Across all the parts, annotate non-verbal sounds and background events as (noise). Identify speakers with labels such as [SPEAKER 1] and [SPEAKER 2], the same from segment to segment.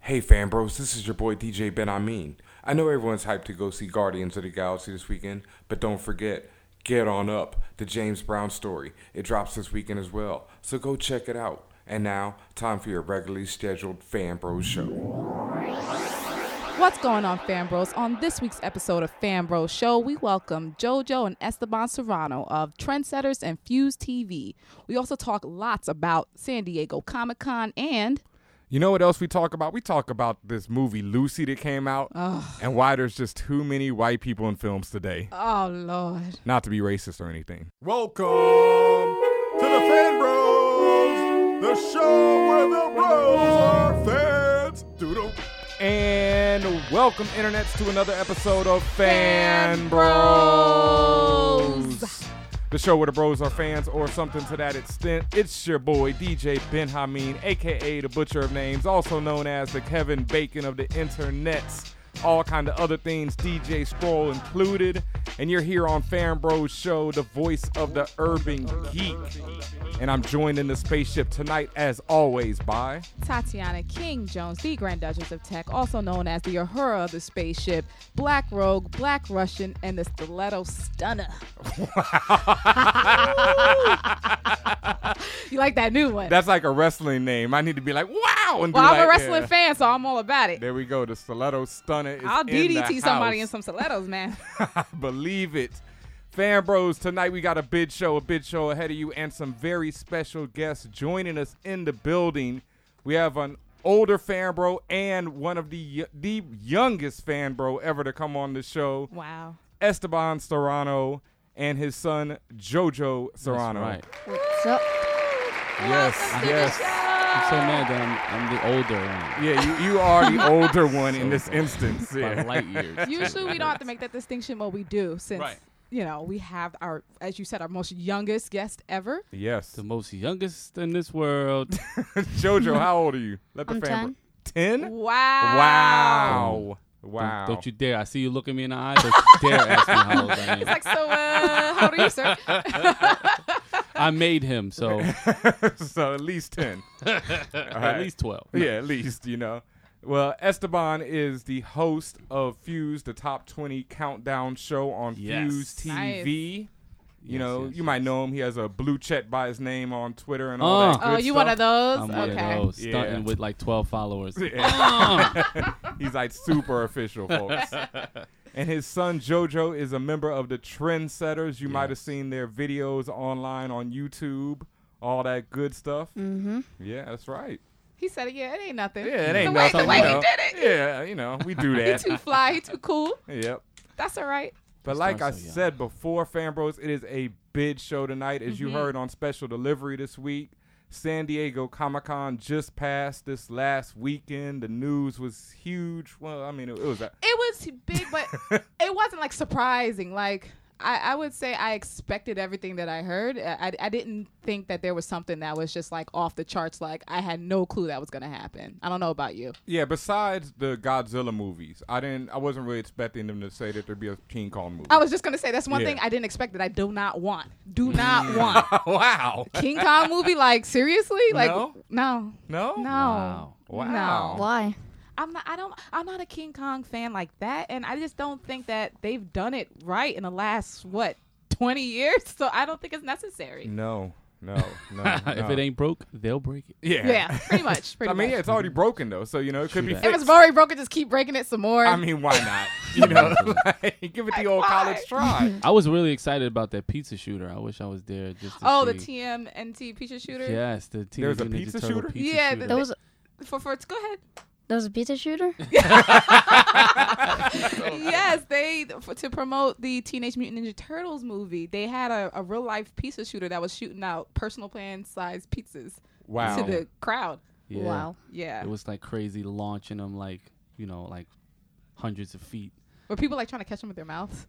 [SPEAKER 1] Hey, fan bros, this is your boy DJ Ben Amin. I know everyone's hyped to go see Guardians of the Galaxy this weekend, but don't forget, get on up, the James Brown story. It drops this weekend as well, so go check it out. And now, time for your regularly scheduled Fan Bros show.
[SPEAKER 2] What's going on, Fan Bros? On this week's episode of Fan Bros Show, we welcome JoJo and Esteban Serrano of Trendsetters and Fuse TV. We also talk lots about San Diego Comic Con and
[SPEAKER 3] You know what else we talk about? We talk about this movie Lucy that came out and why there's just too many white people in films today.
[SPEAKER 2] oh lord,
[SPEAKER 3] Not to be racist or anything.
[SPEAKER 1] Welcome to the Fan Bros, the show where the bros are fans. Doodle.
[SPEAKER 3] And welcome, internets, to another episode of
[SPEAKER 2] Fan
[SPEAKER 3] Fan
[SPEAKER 2] Bros.
[SPEAKER 3] Bros. The show where the bros are fans or something to that extent. It's your boy, DJ Ben Hameen, aka the Butcher of Names, also known as the Kevin Bacon of the internets. All kind of other things, DJ Sproul included. And you're here on Fan Bros Show, the voice of the urban geek. And I'm joined in the spaceship tonight, as always, by.
[SPEAKER 2] Tatiana King Jones, the Grand Duchess of Tech, also known as the Uhura of the spaceship, Black Rogue, Black Russian, and the Stiletto (laughs) Stunner. you like that new one?
[SPEAKER 3] That's like a wrestling name. I need to be like, wow! And
[SPEAKER 2] well,
[SPEAKER 3] do
[SPEAKER 2] I'm
[SPEAKER 3] like,
[SPEAKER 2] a wrestling
[SPEAKER 3] yeah.
[SPEAKER 2] fan, so I'm all about it.
[SPEAKER 3] There we go. The stiletto stunner is
[SPEAKER 2] I'll
[SPEAKER 3] in the
[SPEAKER 2] DDT somebody in
[SPEAKER 3] house.
[SPEAKER 2] some stilettos, man.
[SPEAKER 3] (laughs) Believe it. Fan bros, tonight we got a big show, a big show ahead of you, and some very special guests joining us in the building. We have an older fan bro and one of the y- the youngest fan bro ever to come on the show,
[SPEAKER 2] wow.
[SPEAKER 3] Esteban Serrano and his son Jojo Serrano.
[SPEAKER 4] Right.
[SPEAKER 5] What's up?
[SPEAKER 3] Yes, yes.
[SPEAKER 4] I'm so mad that I'm, I'm the older one.
[SPEAKER 3] Yeah, you, you are the older one in this instance.
[SPEAKER 4] By
[SPEAKER 3] Yeah.
[SPEAKER 4] light
[SPEAKER 2] (laughs)
[SPEAKER 4] years.
[SPEAKER 2] Usually we don't
[SPEAKER 3] (laughs)
[SPEAKER 2] have to make that distinction, but we do since
[SPEAKER 4] Right.
[SPEAKER 2] you know we have our, as you said, our most youngest guest ever.
[SPEAKER 3] Yes. (laughs)
[SPEAKER 4] The most youngest in this world.
[SPEAKER 3] Jojo, how old are you? Let the
[SPEAKER 5] I'm
[SPEAKER 3] fan bro- 10?
[SPEAKER 2] Wow.
[SPEAKER 3] Wow. Wow.
[SPEAKER 4] Don't, don't you dare. I see you looking me in the eye. Don't you dare ask me how old I am.
[SPEAKER 2] (laughs) It's like so. Uh, how old are you,
[SPEAKER 3] (laughs)
[SPEAKER 2] sir?
[SPEAKER 4] I made him, so
[SPEAKER 3] (laughs) so at least
[SPEAKER 4] (laughs)
[SPEAKER 3] 10.
[SPEAKER 4] at least 12.
[SPEAKER 3] Yeah, at least, you know. Well, Esteban is the host of Fuse, the top 20 countdown show on
[SPEAKER 4] Yes.
[SPEAKER 3] Fuse
[SPEAKER 2] Nice.
[SPEAKER 3] TV. You
[SPEAKER 4] Yes,
[SPEAKER 3] know,
[SPEAKER 4] yes,
[SPEAKER 3] you might
[SPEAKER 4] yes.
[SPEAKER 3] know him. He has a blue check by his name on Twitter and all
[SPEAKER 4] Uh.
[SPEAKER 3] that. Good
[SPEAKER 2] oh, you one of
[SPEAKER 3] stuff.
[SPEAKER 2] those?
[SPEAKER 4] I'm one
[SPEAKER 2] okay.
[SPEAKER 4] of those.
[SPEAKER 3] Yeah.
[SPEAKER 4] Stunting with like 12 followers.
[SPEAKER 3] (laughs) He's like super official, (laughs) folks. And his son Jojo is a member of the Trendsetters. You might have
[SPEAKER 4] Yes.
[SPEAKER 3] seen their videos online on YouTube, all that good stuff. Mm-hmm. Yeah, that's right.
[SPEAKER 2] He said it. Yeah, it ain't nothing.
[SPEAKER 3] Yeah, it
[SPEAKER 2] the
[SPEAKER 3] ain't
[SPEAKER 2] way,
[SPEAKER 3] nothing.
[SPEAKER 2] The way
[SPEAKER 3] you
[SPEAKER 2] he
[SPEAKER 3] know.
[SPEAKER 2] did it.
[SPEAKER 3] Yeah, you know,
[SPEAKER 2] (laughs)
[SPEAKER 3] we do
[SPEAKER 2] He
[SPEAKER 3] that.
[SPEAKER 2] too fly. He too cool.
[SPEAKER 3] Yep.
[SPEAKER 2] That's all right.
[SPEAKER 3] But like I
[SPEAKER 4] Start so young.
[SPEAKER 3] said before, Fan Bros, it is a big show tonight. As
[SPEAKER 2] Mm-hmm.
[SPEAKER 3] you heard on special delivery this week, San Diego Comic Con just passed this last weekend. The news was huge. Well, I mean, it, it was a,
[SPEAKER 2] It was big, but
[SPEAKER 3] (laughs)
[SPEAKER 2] it wasn't like surprising. Like I, I would say, I expected everything that I heard. I, I didn't think that there was something that was just like off the charts. Like I had no clue that was gonna happen. I don't know about you.
[SPEAKER 3] yeah. Besides the Godzilla movies, I didn't. I wasn't really expecting them to say that there'd be a King Kong movie.
[SPEAKER 2] I was just gonna say that's one
[SPEAKER 3] Yeah.
[SPEAKER 2] thing I didn't expect that I do not want. Do not want
[SPEAKER 3] (laughs) wow.
[SPEAKER 2] King Kong movie. Like seriously, like
[SPEAKER 3] No?
[SPEAKER 2] no,
[SPEAKER 3] No.
[SPEAKER 2] no,
[SPEAKER 4] Wow.
[SPEAKER 3] Wow.
[SPEAKER 2] no.
[SPEAKER 5] Why?
[SPEAKER 2] I'm not. I don't. I'm not a King Kong fan like that, and I just don't think that they've done it right in the last what 20 years. So I don't think it's necessary.
[SPEAKER 3] No. No. No. no.
[SPEAKER 4] (laughs) if it ain't broke, they'll break it.
[SPEAKER 3] Yeah.
[SPEAKER 2] Yeah, (laughs) pretty much. Pretty
[SPEAKER 3] (laughs) I mean,
[SPEAKER 2] much.
[SPEAKER 3] yeah, it's already broken though, so you know it could be
[SPEAKER 4] Shoot
[SPEAKER 3] fixed.
[SPEAKER 4] that.
[SPEAKER 2] If it's already broken, just keep breaking it some more.
[SPEAKER 3] I mean, why not? You know, (laughs) like, give it the old
[SPEAKER 2] Why?
[SPEAKER 3] college try.
[SPEAKER 4] I was really excited about that pizza shooter. I wish I was there just to
[SPEAKER 2] oh,
[SPEAKER 4] see.
[SPEAKER 2] the TMNT Pizza Shooter.
[SPEAKER 4] Yes, the Teenage
[SPEAKER 3] There's a
[SPEAKER 4] Mutant Ninja
[SPEAKER 3] pizza
[SPEAKER 4] Turtle
[SPEAKER 3] shooter?
[SPEAKER 4] Pizza
[SPEAKER 2] Yeah,
[SPEAKER 4] shooter.
[SPEAKER 2] the-
[SPEAKER 5] There was
[SPEAKER 2] For for go
[SPEAKER 3] (laughs)
[SPEAKER 2] ahead.
[SPEAKER 5] there was a pizza shooter.
[SPEAKER 3] Oh,
[SPEAKER 2] yes, they for, to promote the Teenage Mutant Ninja Turtles movie. They had a, a real life pizza shooter that was shooting out personal pan sized pizzas
[SPEAKER 3] Wow.
[SPEAKER 2] to the crowd.
[SPEAKER 4] Yeah.
[SPEAKER 5] Wow.
[SPEAKER 2] Yeah,
[SPEAKER 4] It was like crazy launching them like, you know, like hundreds of feet.
[SPEAKER 2] were people like trying to catch them with their mouths,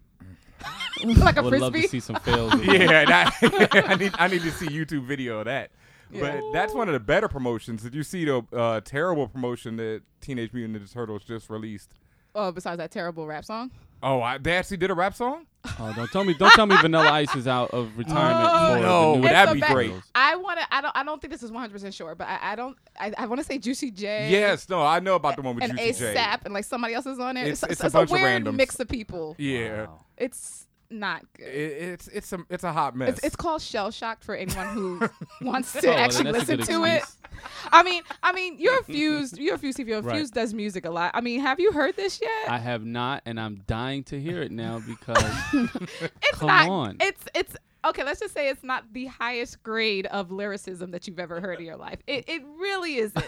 [SPEAKER 2] like a
[SPEAKER 4] Would love to
[SPEAKER 2] frisbee?
[SPEAKER 4] see some fails.
[SPEAKER 3] (laughs) yeah, that, I (laughs) need I need to see YouTube video of that.
[SPEAKER 2] Yeah.
[SPEAKER 3] But that's one of the better promotions. Did you see the uh, terrible promotion that Teenage Mutant Ninja Turtles just released?
[SPEAKER 2] Oh, besides that terrible rap song.
[SPEAKER 3] Oh, I, they actually did a rap song.
[SPEAKER 4] Oh, don't tell me, don't tell me Vanilla Ice is out of retirement for
[SPEAKER 3] no,
[SPEAKER 4] the new
[SPEAKER 3] but that'd
[SPEAKER 4] Super
[SPEAKER 3] be
[SPEAKER 4] Bowl.
[SPEAKER 3] great.
[SPEAKER 2] I want to. I don't. I don't think this is 100 percent sure, but I, I don't. I, I want to say Juicy J.
[SPEAKER 3] Yes, no, I know about the one with
[SPEAKER 2] And
[SPEAKER 3] Juicy J.
[SPEAKER 2] ASAP, and like somebody else is on there.
[SPEAKER 3] It's-
[SPEAKER 2] It's,
[SPEAKER 3] it's
[SPEAKER 2] it's,
[SPEAKER 3] a bunch
[SPEAKER 2] a
[SPEAKER 3] of
[SPEAKER 2] weird
[SPEAKER 3] randoms.
[SPEAKER 2] mix of people.
[SPEAKER 3] Yeah,
[SPEAKER 4] Wow.
[SPEAKER 2] It's not
[SPEAKER 3] It-
[SPEAKER 2] good.
[SPEAKER 3] it's it's a it's a hot mess.
[SPEAKER 2] It's, it's called shell shocked for anyone who (laughs) wants
[SPEAKER 4] Oh,
[SPEAKER 2] to
[SPEAKER 4] then
[SPEAKER 2] actually
[SPEAKER 4] that's
[SPEAKER 2] listen
[SPEAKER 4] a good
[SPEAKER 2] to it.
[SPEAKER 4] excuse.
[SPEAKER 2] I mean, I mean, you're fused. You're fused. If you're
[SPEAKER 4] Right.
[SPEAKER 2] fused, does music a lot. I mean, have you heard this yet?
[SPEAKER 4] I have not, and I'm dying to hear it now because
[SPEAKER 2] it's
[SPEAKER 4] come
[SPEAKER 2] not.
[SPEAKER 4] on.
[SPEAKER 2] It's it's okay. Let's just say it's not the highest grade of lyricism that you've ever heard in your life. It it really isn't.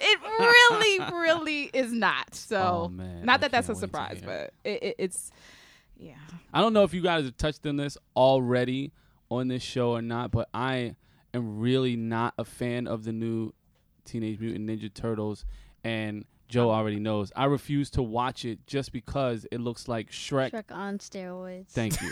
[SPEAKER 2] it really really is not. So
[SPEAKER 4] Oh, man,
[SPEAKER 2] not
[SPEAKER 4] I
[SPEAKER 2] that that's a
[SPEAKER 4] can't wait to
[SPEAKER 2] surprise,
[SPEAKER 4] hear
[SPEAKER 2] but it, it, it's yeah.
[SPEAKER 4] I don't know if you guys have touched on this already on this show or not, but I am really not a fan of the new Teenage Mutant Ninja Turtles, and Joe already knows. I refuse to watch it just because it looks like Shrek.
[SPEAKER 5] Shrek on steroids.
[SPEAKER 4] Thank you.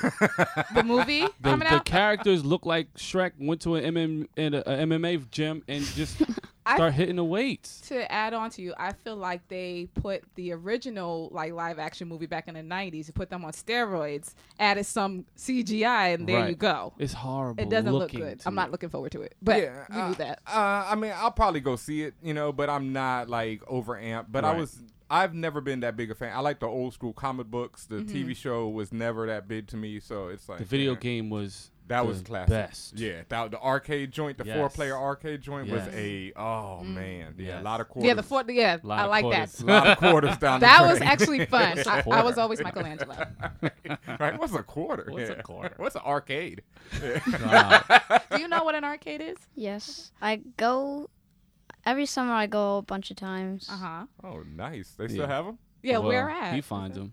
[SPEAKER 2] The movie
[SPEAKER 4] (laughs) The,
[SPEAKER 2] coming
[SPEAKER 4] the
[SPEAKER 2] out.
[SPEAKER 4] characters look like Shrek went to an MM and a, a MMA gym and just
[SPEAKER 2] (laughs) I-
[SPEAKER 4] start hitting the weights.
[SPEAKER 2] to add on to you, I feel like they put the original like live action movie back in the '90s, put them on steroids, added some CGI, and there you
[SPEAKER 4] Right.
[SPEAKER 2] go.
[SPEAKER 4] It's horrible.
[SPEAKER 2] It doesn't look
[SPEAKER 4] looking
[SPEAKER 2] good.
[SPEAKER 4] to
[SPEAKER 2] I'm
[SPEAKER 4] me.
[SPEAKER 2] not looking forward to it, but
[SPEAKER 3] yeah,
[SPEAKER 2] you
[SPEAKER 3] uh,
[SPEAKER 2] knew that.
[SPEAKER 3] Uh, I mean, I'll probably go see it, you know, but I'm not like overamped. But I
[SPEAKER 4] Right.
[SPEAKER 3] was, I've never been that big a fan. I like the old school comic books.
[SPEAKER 2] Mm-hmm.
[SPEAKER 3] The TV show was never that big to me, so it's like
[SPEAKER 4] The video
[SPEAKER 3] man,
[SPEAKER 4] game was
[SPEAKER 3] That
[SPEAKER 4] the
[SPEAKER 3] was classic.
[SPEAKER 4] Best.
[SPEAKER 3] Yeah, that, the arcade joint, the
[SPEAKER 4] Yes.
[SPEAKER 3] four player arcade joint was
[SPEAKER 4] Yes.
[SPEAKER 3] a oh man, yeah, a
[SPEAKER 4] Yes.
[SPEAKER 3] lot of quarters.
[SPEAKER 2] Mm. Yeah, the fourth. Yeah,
[SPEAKER 4] Lot
[SPEAKER 2] I
[SPEAKER 4] of
[SPEAKER 2] like
[SPEAKER 4] quarters.
[SPEAKER 2] that.
[SPEAKER 3] a lot of quarters
[SPEAKER 2] (laughs)
[SPEAKER 3] down the
[SPEAKER 2] That was
[SPEAKER 3] drain.
[SPEAKER 4] (laughs)
[SPEAKER 2] actually fun. I, I was
[SPEAKER 4] quarter.
[SPEAKER 2] always Michelangelo.
[SPEAKER 3] (laughs) right? What's a quarter?
[SPEAKER 4] What's a
[SPEAKER 3] Yeah.
[SPEAKER 4] quarter?
[SPEAKER 3] What's an arcade? (laughs)
[SPEAKER 4] Wow.
[SPEAKER 2] Do you know what an arcade is?
[SPEAKER 5] Yes. I go every summer I go a bunch of times.
[SPEAKER 2] Uh huh.
[SPEAKER 3] Oh, nice. They still
[SPEAKER 4] Yeah.
[SPEAKER 3] have
[SPEAKER 4] (laughs)
[SPEAKER 3] them?
[SPEAKER 2] Yeah,
[SPEAKER 4] Well,
[SPEAKER 2] where at?
[SPEAKER 4] He finds them.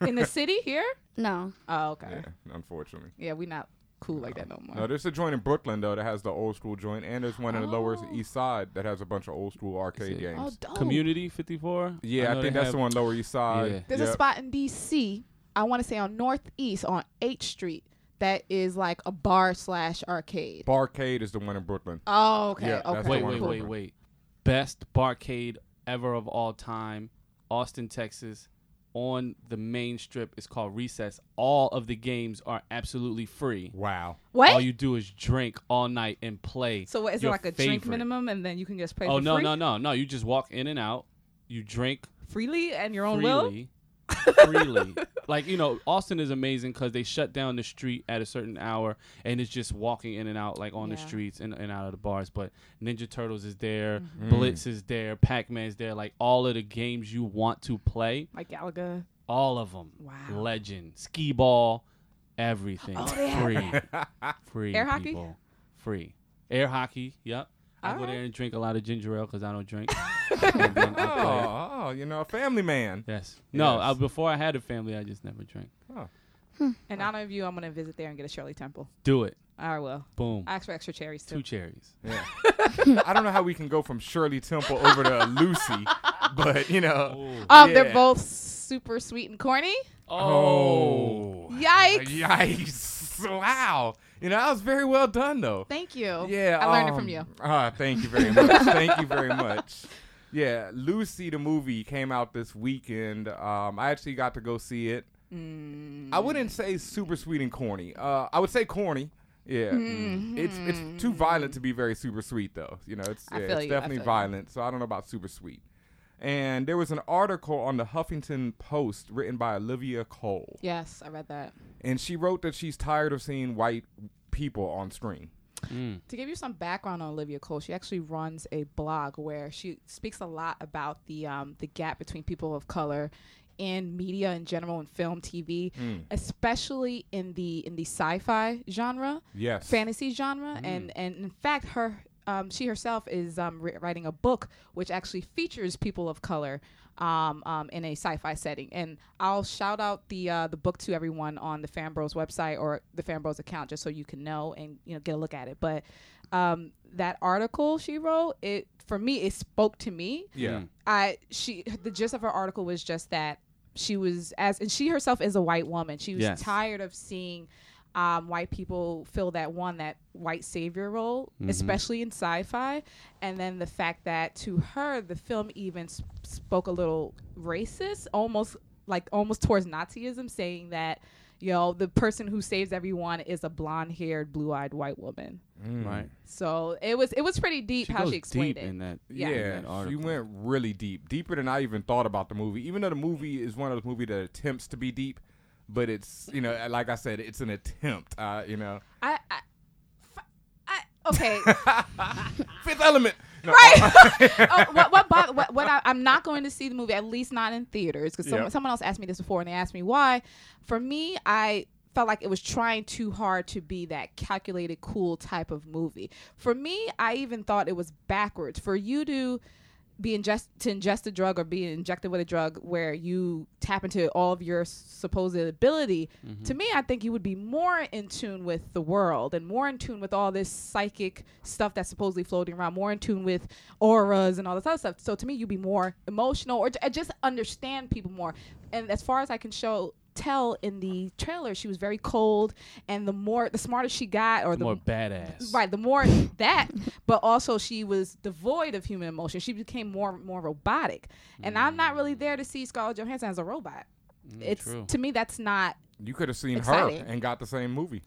[SPEAKER 2] In
[SPEAKER 3] (laughs)
[SPEAKER 4] (laughs)
[SPEAKER 2] the city here?
[SPEAKER 5] No.
[SPEAKER 2] Oh, okay.
[SPEAKER 3] Yeah,
[SPEAKER 2] Yeah,
[SPEAKER 3] unfortunately.
[SPEAKER 2] we not cool like that no more.
[SPEAKER 3] No, there's a joint in Brooklyn though that has the old school joint, and there's one in the Lower
[SPEAKER 2] Oh.
[SPEAKER 3] East Side that has a bunch of old school arcade
[SPEAKER 4] it-
[SPEAKER 3] games.
[SPEAKER 2] oh, dope.
[SPEAKER 4] Community 54.
[SPEAKER 3] yeah, I,
[SPEAKER 4] know
[SPEAKER 3] think
[SPEAKER 4] they
[SPEAKER 3] that's
[SPEAKER 4] have-
[SPEAKER 3] the one Lower East Side.
[SPEAKER 4] Yeah.
[SPEAKER 2] There's a
[SPEAKER 3] Yep.
[SPEAKER 2] spot in D.C. I want to say on Northeast on 8th Street that is like a bar slash arcade.
[SPEAKER 3] Barcade is the one in Brooklyn.
[SPEAKER 2] Oh, okay.
[SPEAKER 3] Yeah, that's
[SPEAKER 2] okay.
[SPEAKER 3] the
[SPEAKER 4] Wait,
[SPEAKER 3] one
[SPEAKER 4] wait,
[SPEAKER 3] for
[SPEAKER 4] wait,
[SPEAKER 3] Brooklyn.
[SPEAKER 4] wait. Best barcade ever of all time, Austin, Texas. On the main strip is called Recess. All of the games are absolutely free.
[SPEAKER 3] Wow.
[SPEAKER 2] What?
[SPEAKER 4] All you do is drink all night and play.
[SPEAKER 2] so what, is it
[SPEAKER 4] your
[SPEAKER 2] like a drink
[SPEAKER 4] favorite.
[SPEAKER 2] minimum and then you can just play
[SPEAKER 4] Oh
[SPEAKER 2] for
[SPEAKER 4] no,
[SPEAKER 2] free?
[SPEAKER 4] no, no, no! You just walk in and out. You drink
[SPEAKER 2] freely and your own will?
[SPEAKER 4] freely,
[SPEAKER 2] (laughs)
[SPEAKER 4] freely. Like you know, Austin is amazing because they shut down the street at a certain hour, and it's just walking in and out like on the
[SPEAKER 2] Yeah.
[SPEAKER 4] streets and, and out of the bars. But Ninja Turtles is there,
[SPEAKER 2] Mm-hmm.
[SPEAKER 4] Blitz is there, Pac Man's there. Like all of the games you want to play,
[SPEAKER 2] Like Galaga.
[SPEAKER 4] all of them.
[SPEAKER 2] Wow.
[SPEAKER 4] Legend, skee ball, everything.
[SPEAKER 2] Oh, they have
[SPEAKER 4] free,
[SPEAKER 2] (laughs)
[SPEAKER 4] free.
[SPEAKER 2] Air hockey?
[SPEAKER 4] people. Free. Air hockey. Yep. I
[SPEAKER 2] All
[SPEAKER 4] go there
[SPEAKER 2] right.
[SPEAKER 4] and drink a lot of ginger ale because I
[SPEAKER 2] (laughs)
[SPEAKER 4] don't drink. And then I play it.
[SPEAKER 3] Oh, oh, you know, a family man.
[SPEAKER 4] (laughs) Yes. No,
[SPEAKER 3] Yes.
[SPEAKER 4] I, before I had a family, I just never drank.
[SPEAKER 2] In honor of you, I'm going to visit there and get a Shirley Temple.
[SPEAKER 4] Do it.
[SPEAKER 2] I will.
[SPEAKER 4] Boom.
[SPEAKER 2] I ask for extra cherries too.
[SPEAKER 4] Two cherries.
[SPEAKER 3] Yeah. I don't know how we can go from Shirley Temple over to Lucy, but you know.
[SPEAKER 2] Um,
[SPEAKER 3] Yeah.
[SPEAKER 2] they're both super sweet and corny.
[SPEAKER 4] Oh.
[SPEAKER 2] Oh. Yikes!
[SPEAKER 3] Yikes. Oh. Wow. You know, that was very well done though.
[SPEAKER 2] Thank you.
[SPEAKER 3] Yeah,
[SPEAKER 2] Oh, I learned it from
[SPEAKER 3] um,
[SPEAKER 2] you.
[SPEAKER 3] (laughs) Ah, thank you very much. thank you very much. Yeah, Lucy the movie came out this weekend. Um, I actually got to go see it. I wouldn't say super sweet and corny. Uh, I would say corny. Yeah,
[SPEAKER 2] Mm-hmm.
[SPEAKER 3] mm. it's it's too violent to be very super sweet though. You know, it's
[SPEAKER 2] I
[SPEAKER 3] yeah,
[SPEAKER 2] feel
[SPEAKER 3] it's
[SPEAKER 2] you, I
[SPEAKER 3] definitely
[SPEAKER 2] feel you.
[SPEAKER 3] violent. So I don't know about super sweet. And there was an article on the Huffington Post written by Olivia Cole,
[SPEAKER 2] Yes, I read that.
[SPEAKER 3] and she wrote that she's tired of seeing white people on screen.
[SPEAKER 4] Mm.
[SPEAKER 2] To give you some background on Olivia Cole, she actually runs a blog where she speaks a lot about the um, the gap between people of color in media in general and film, TV,
[SPEAKER 3] Hmm.
[SPEAKER 2] especially in the in the sci-fi genre.
[SPEAKER 3] Yes.
[SPEAKER 2] fantasy genre and and in fact her um, she herself is um, ri writing a book which actually features people of color um, um, in a sci-fi setting and i'll shout out the uh, the book to everyone on the fanbros website or the fanbros account just so you can know and you know get a look at it but um, that article she wrote it for me it spoke to me
[SPEAKER 3] Yeah.
[SPEAKER 2] I she the gist of her article was just that she was as and she herself is a white woman. She was
[SPEAKER 4] Yes.
[SPEAKER 2] tired of seeing um, white people fill that one that white savior role,
[SPEAKER 4] Mm-hmm.
[SPEAKER 2] especially in sci-fi, and then the fact that to her the film even s- spoke a little racist, almost like almost towards Nazism, saying that you know, the person who saves everyone is a blonde-haired, blue-eyed white woman.
[SPEAKER 3] Mm.
[SPEAKER 4] Right.
[SPEAKER 2] So it was it was pretty deep
[SPEAKER 4] She
[SPEAKER 2] how
[SPEAKER 4] goes
[SPEAKER 2] she explained
[SPEAKER 4] deep
[SPEAKER 2] it.
[SPEAKER 4] in that.
[SPEAKER 2] Yeah.
[SPEAKER 3] Yeah,
[SPEAKER 4] in that
[SPEAKER 3] she
[SPEAKER 4] article.
[SPEAKER 3] went really deep, deeper than I even thought about the movie. Even though the movie is one of those movies that attempts to be deep, but it's you know, like I said, it's an attempt. Uh, you know,
[SPEAKER 2] I, I, f- I okay.
[SPEAKER 3] Fifth Element. No,
[SPEAKER 2] right. oh, (laughs) what, what, bo- what, what I, I'm not going to see the movie, at least not in theaters, because someone,
[SPEAKER 3] Yep.
[SPEAKER 2] someone else asked me this before and they asked me why. For me, I felt like it was trying too hard to be that calculated, cool type of movie. For me, I even thought it was backwards. For you to be ingest to ingest a drug or be injected with a drug where you tap into all of your supposed ability to me i think you would be more in tune with the world and more in tune with all this psychic stuff that's supposedly floating around more in tune with auras and all this other stuff so to me you'd be more emotional or j- uh, just understand people more and as far as i can show tell in the trailer she was very cold and the more the smarter she got or the
[SPEAKER 4] more badass.
[SPEAKER 2] Right, the more that, but also she was devoid of human emotion. She became more more robotic, and I'm not really there to see Scarlett Johansson as a robot. it's
[SPEAKER 4] true.
[SPEAKER 2] to me that's not
[SPEAKER 3] you could have seen
[SPEAKER 2] Exciting.
[SPEAKER 3] her and got the
[SPEAKER 2] (laughs)
[SPEAKER 3] same movie.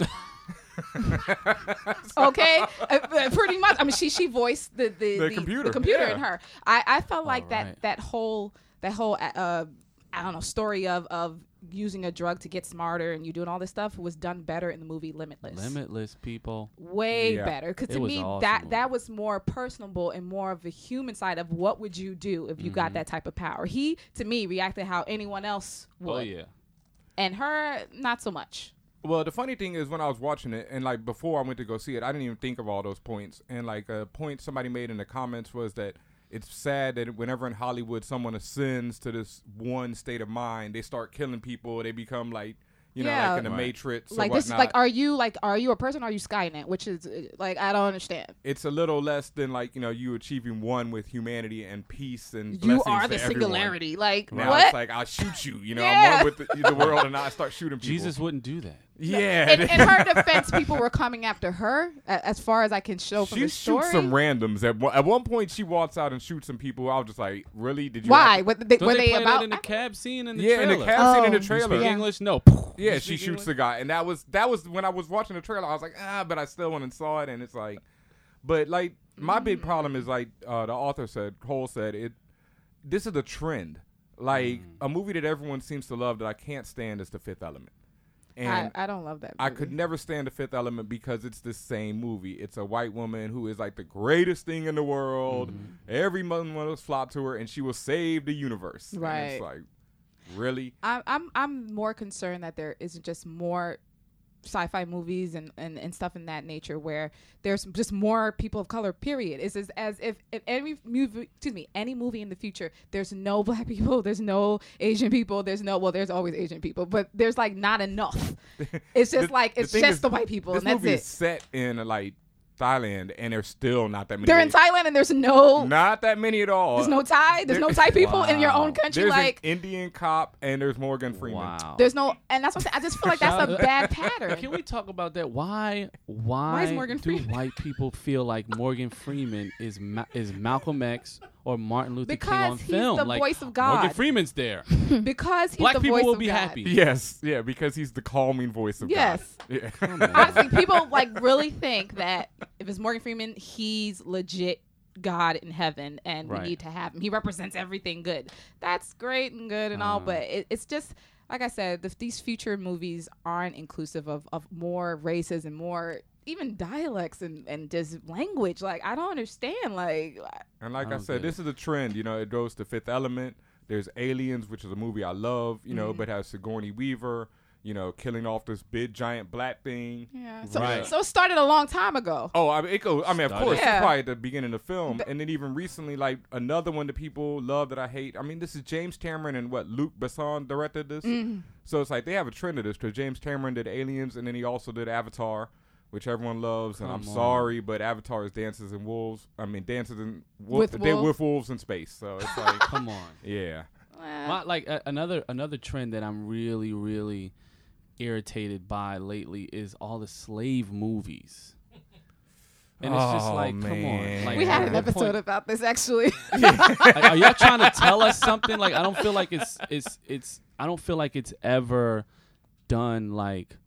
[SPEAKER 2] okay. Uh, uh, pretty much, I mean, she she voiced the the,
[SPEAKER 3] The computer, yeah.
[SPEAKER 2] in her. I I felt like that
[SPEAKER 4] Alright.
[SPEAKER 2] that whole that whole uh, uh, I don't know story of of using a drug to get smarter and you doing all this stuff was done better in the movie Limitless.
[SPEAKER 4] Limitless people.
[SPEAKER 2] way
[SPEAKER 3] Yeah.
[SPEAKER 2] better because
[SPEAKER 4] It
[SPEAKER 2] to
[SPEAKER 4] was
[SPEAKER 2] me
[SPEAKER 4] awesome
[SPEAKER 2] that
[SPEAKER 4] movie.
[SPEAKER 2] that was more personable and more of a human side of what would you do if you got that type of power he to me reacted how anyone else would
[SPEAKER 4] Oh yeah.
[SPEAKER 2] and her not so much
[SPEAKER 3] Well, the funny thing is when I was watching it and like before I went to go see it, I didn't even think of all those points. And like a point somebody made in the comments was that it's sad that whenever in Hollywood someone ascends to this one state of mind, they start killing people, they become like you know,
[SPEAKER 2] Yeah.
[SPEAKER 3] like in the
[SPEAKER 4] Right.
[SPEAKER 3] Matrix. or
[SPEAKER 2] like this is
[SPEAKER 3] whatnot.
[SPEAKER 2] like are you like are you a person or are you skynet which is uh, like i don't understand
[SPEAKER 3] it's a little less than like you know you achieving one with humanity and peace and
[SPEAKER 2] you
[SPEAKER 3] blessings
[SPEAKER 2] are
[SPEAKER 3] to
[SPEAKER 2] the
[SPEAKER 3] everyone.
[SPEAKER 2] singularity like
[SPEAKER 3] Now
[SPEAKER 2] what
[SPEAKER 3] it's like (laughs) I'll shoot you. You know,
[SPEAKER 2] Yeah.
[SPEAKER 3] I'm one with the, the world, and I start shooting people.
[SPEAKER 4] Jesus wouldn't do that.
[SPEAKER 3] yeah.
[SPEAKER 2] in,
[SPEAKER 3] (laughs)
[SPEAKER 2] in her defense people were coming after her a- as far as i can show from
[SPEAKER 3] she
[SPEAKER 2] the story
[SPEAKER 3] shoots some randoms. At one, at one point, she walks out and shoots some people. I was just like, really? Did you?
[SPEAKER 2] why
[SPEAKER 3] have
[SPEAKER 2] What they,
[SPEAKER 4] Don't
[SPEAKER 2] were
[SPEAKER 4] they,
[SPEAKER 2] they
[SPEAKER 4] play
[SPEAKER 2] about
[SPEAKER 4] that in the cab scene in
[SPEAKER 3] to-
[SPEAKER 4] the
[SPEAKER 3] yeah,
[SPEAKER 4] trailer?
[SPEAKER 3] in the cab scene in the
[SPEAKER 5] Oh.
[SPEAKER 4] You
[SPEAKER 3] trailer.
[SPEAKER 4] speak
[SPEAKER 5] Yeah.
[SPEAKER 4] English? No.
[SPEAKER 3] Yeah,
[SPEAKER 4] You
[SPEAKER 3] she
[SPEAKER 4] speak
[SPEAKER 3] shoots the
[SPEAKER 4] English?
[SPEAKER 3] guy, and that was that was when I was watching the trailer. I was like, ah, but I still went and saw it, and it's like, but like my
[SPEAKER 4] Mm.
[SPEAKER 3] big problem is like uh, the author said, Cole said it. This is a trend, like
[SPEAKER 4] Mm.
[SPEAKER 3] a movie that everyone seems to love that I can't stand is The Fifth Element,
[SPEAKER 2] I,
[SPEAKER 3] and
[SPEAKER 2] I don't love that
[SPEAKER 3] I
[SPEAKER 2] movie.
[SPEAKER 3] could never stand the Fifth Element because it's the same movie. It's a white woman who is like the greatest thing in the world.
[SPEAKER 4] Mm-hmm.
[SPEAKER 3] Every month one was flopped to her, and she will save the universe. And
[SPEAKER 2] Right.
[SPEAKER 3] it's like, really?
[SPEAKER 2] I'm I'm I'm more concerned that there isn't just more sci-fi movies and, and, and stuff in that nature where there's just more people of color period it's as, as if, if any movie excuse me any movie in the future there's no (laughs) black people there's no asian people there's no well there's always asian people but there's like not
[SPEAKER 3] (laughs)
[SPEAKER 2] enough it's just
[SPEAKER 3] The-
[SPEAKER 2] like
[SPEAKER 3] the
[SPEAKER 2] it's
[SPEAKER 3] thing
[SPEAKER 2] just
[SPEAKER 3] is,
[SPEAKER 2] the white people
[SPEAKER 3] This
[SPEAKER 2] and that's
[SPEAKER 3] movie is
[SPEAKER 2] it
[SPEAKER 3] set in like Thailand, and there's still not that many.
[SPEAKER 2] they're in thailand and there's no
[SPEAKER 3] Not that many at all.
[SPEAKER 2] there's no thai there's no
[SPEAKER 3] there-
[SPEAKER 2] thai people in your
[SPEAKER 4] Wow.
[SPEAKER 2] own country
[SPEAKER 3] There's
[SPEAKER 2] like
[SPEAKER 3] an Indian cop, and there's Morgan Freeman.
[SPEAKER 4] Wow.
[SPEAKER 2] there's no and that's what I'm saying. i just feel like that's a
[SPEAKER 4] Shout-
[SPEAKER 2] bad pattern
[SPEAKER 4] (laughs) Can we talk about that? Why? Why,
[SPEAKER 2] is Morgan
[SPEAKER 4] do
[SPEAKER 2] Freeman-
[SPEAKER 4] white people feel like Morgan Freeman is Ma- is Malcolm X or Martin Luther King
[SPEAKER 2] Because
[SPEAKER 4] on
[SPEAKER 2] he's
[SPEAKER 4] film?
[SPEAKER 2] the
[SPEAKER 4] like,
[SPEAKER 2] voice of
[SPEAKER 4] Morgan
[SPEAKER 2] God.
[SPEAKER 4] Freeman's there.
[SPEAKER 2] because (laughs) he's
[SPEAKER 4] Black
[SPEAKER 2] the
[SPEAKER 4] people
[SPEAKER 2] voice
[SPEAKER 4] will
[SPEAKER 2] of
[SPEAKER 4] be
[SPEAKER 2] God.
[SPEAKER 4] happy. (laughs)
[SPEAKER 3] Yes, yeah, because he's the calming voice of
[SPEAKER 2] Yes.
[SPEAKER 3] God. Yeah. (laughs)
[SPEAKER 2] Honestly, people like really think that if it's Morgan Freeman, he's legit God in heaven, and
[SPEAKER 4] Right.
[SPEAKER 2] we need to have him. He represents everything good. That's great and good and all,
[SPEAKER 4] Uh-huh.
[SPEAKER 2] but it, it's just like I said, the, these future movies aren't inclusive of of more races and more even dialects and and just language. Like I don't understand. Like uh,
[SPEAKER 3] And like
[SPEAKER 4] I
[SPEAKER 3] I,
[SPEAKER 4] don't
[SPEAKER 3] said,
[SPEAKER 4] get it.
[SPEAKER 3] this is a trend. You know, it goes to Fifth Element. There's Aliens, which is a movie I love. You
[SPEAKER 2] Mm.
[SPEAKER 3] know, but has Sigourney Weaver. You know, killing off this big giant black thing.
[SPEAKER 2] yeah, so
[SPEAKER 4] Right.
[SPEAKER 2] so it started a long time ago.
[SPEAKER 3] Oh, I mean, it goes. I mean, of
[SPEAKER 4] Started.
[SPEAKER 3] course, it's
[SPEAKER 2] Yeah.
[SPEAKER 3] probably at the beginning of the film, and then even recently, like another one that people love that I hate. I mean, this is James Cameron and what Luke Besson directed this.
[SPEAKER 2] Mm-hmm.
[SPEAKER 3] So it's like they have a trend of this because James Cameron did Aliens, and then he also did Avatar, which everyone loves. and I'm
[SPEAKER 4] Come on.
[SPEAKER 3] sorry, but Avatar is Dances and Wolves. I mean, Dances and
[SPEAKER 2] With
[SPEAKER 3] wolf, they-
[SPEAKER 2] wolves?
[SPEAKER 3] with wolves in space. So
[SPEAKER 2] (laughs)
[SPEAKER 3] it's like,
[SPEAKER 4] (laughs) Come on.
[SPEAKER 3] yeah,
[SPEAKER 4] My, like a, another another trend that I'm really really irritated by lately is all the slave movies. And it's just
[SPEAKER 3] Oh,
[SPEAKER 4] like, come on.
[SPEAKER 3] man.
[SPEAKER 4] Like,
[SPEAKER 2] we had
[SPEAKER 4] at
[SPEAKER 2] an
[SPEAKER 4] what
[SPEAKER 2] episode
[SPEAKER 4] point-
[SPEAKER 2] about this actually.
[SPEAKER 4] Like, are y'all trying to tell us something? Like I don't feel like it's it's it's I don't feel like it's ever done like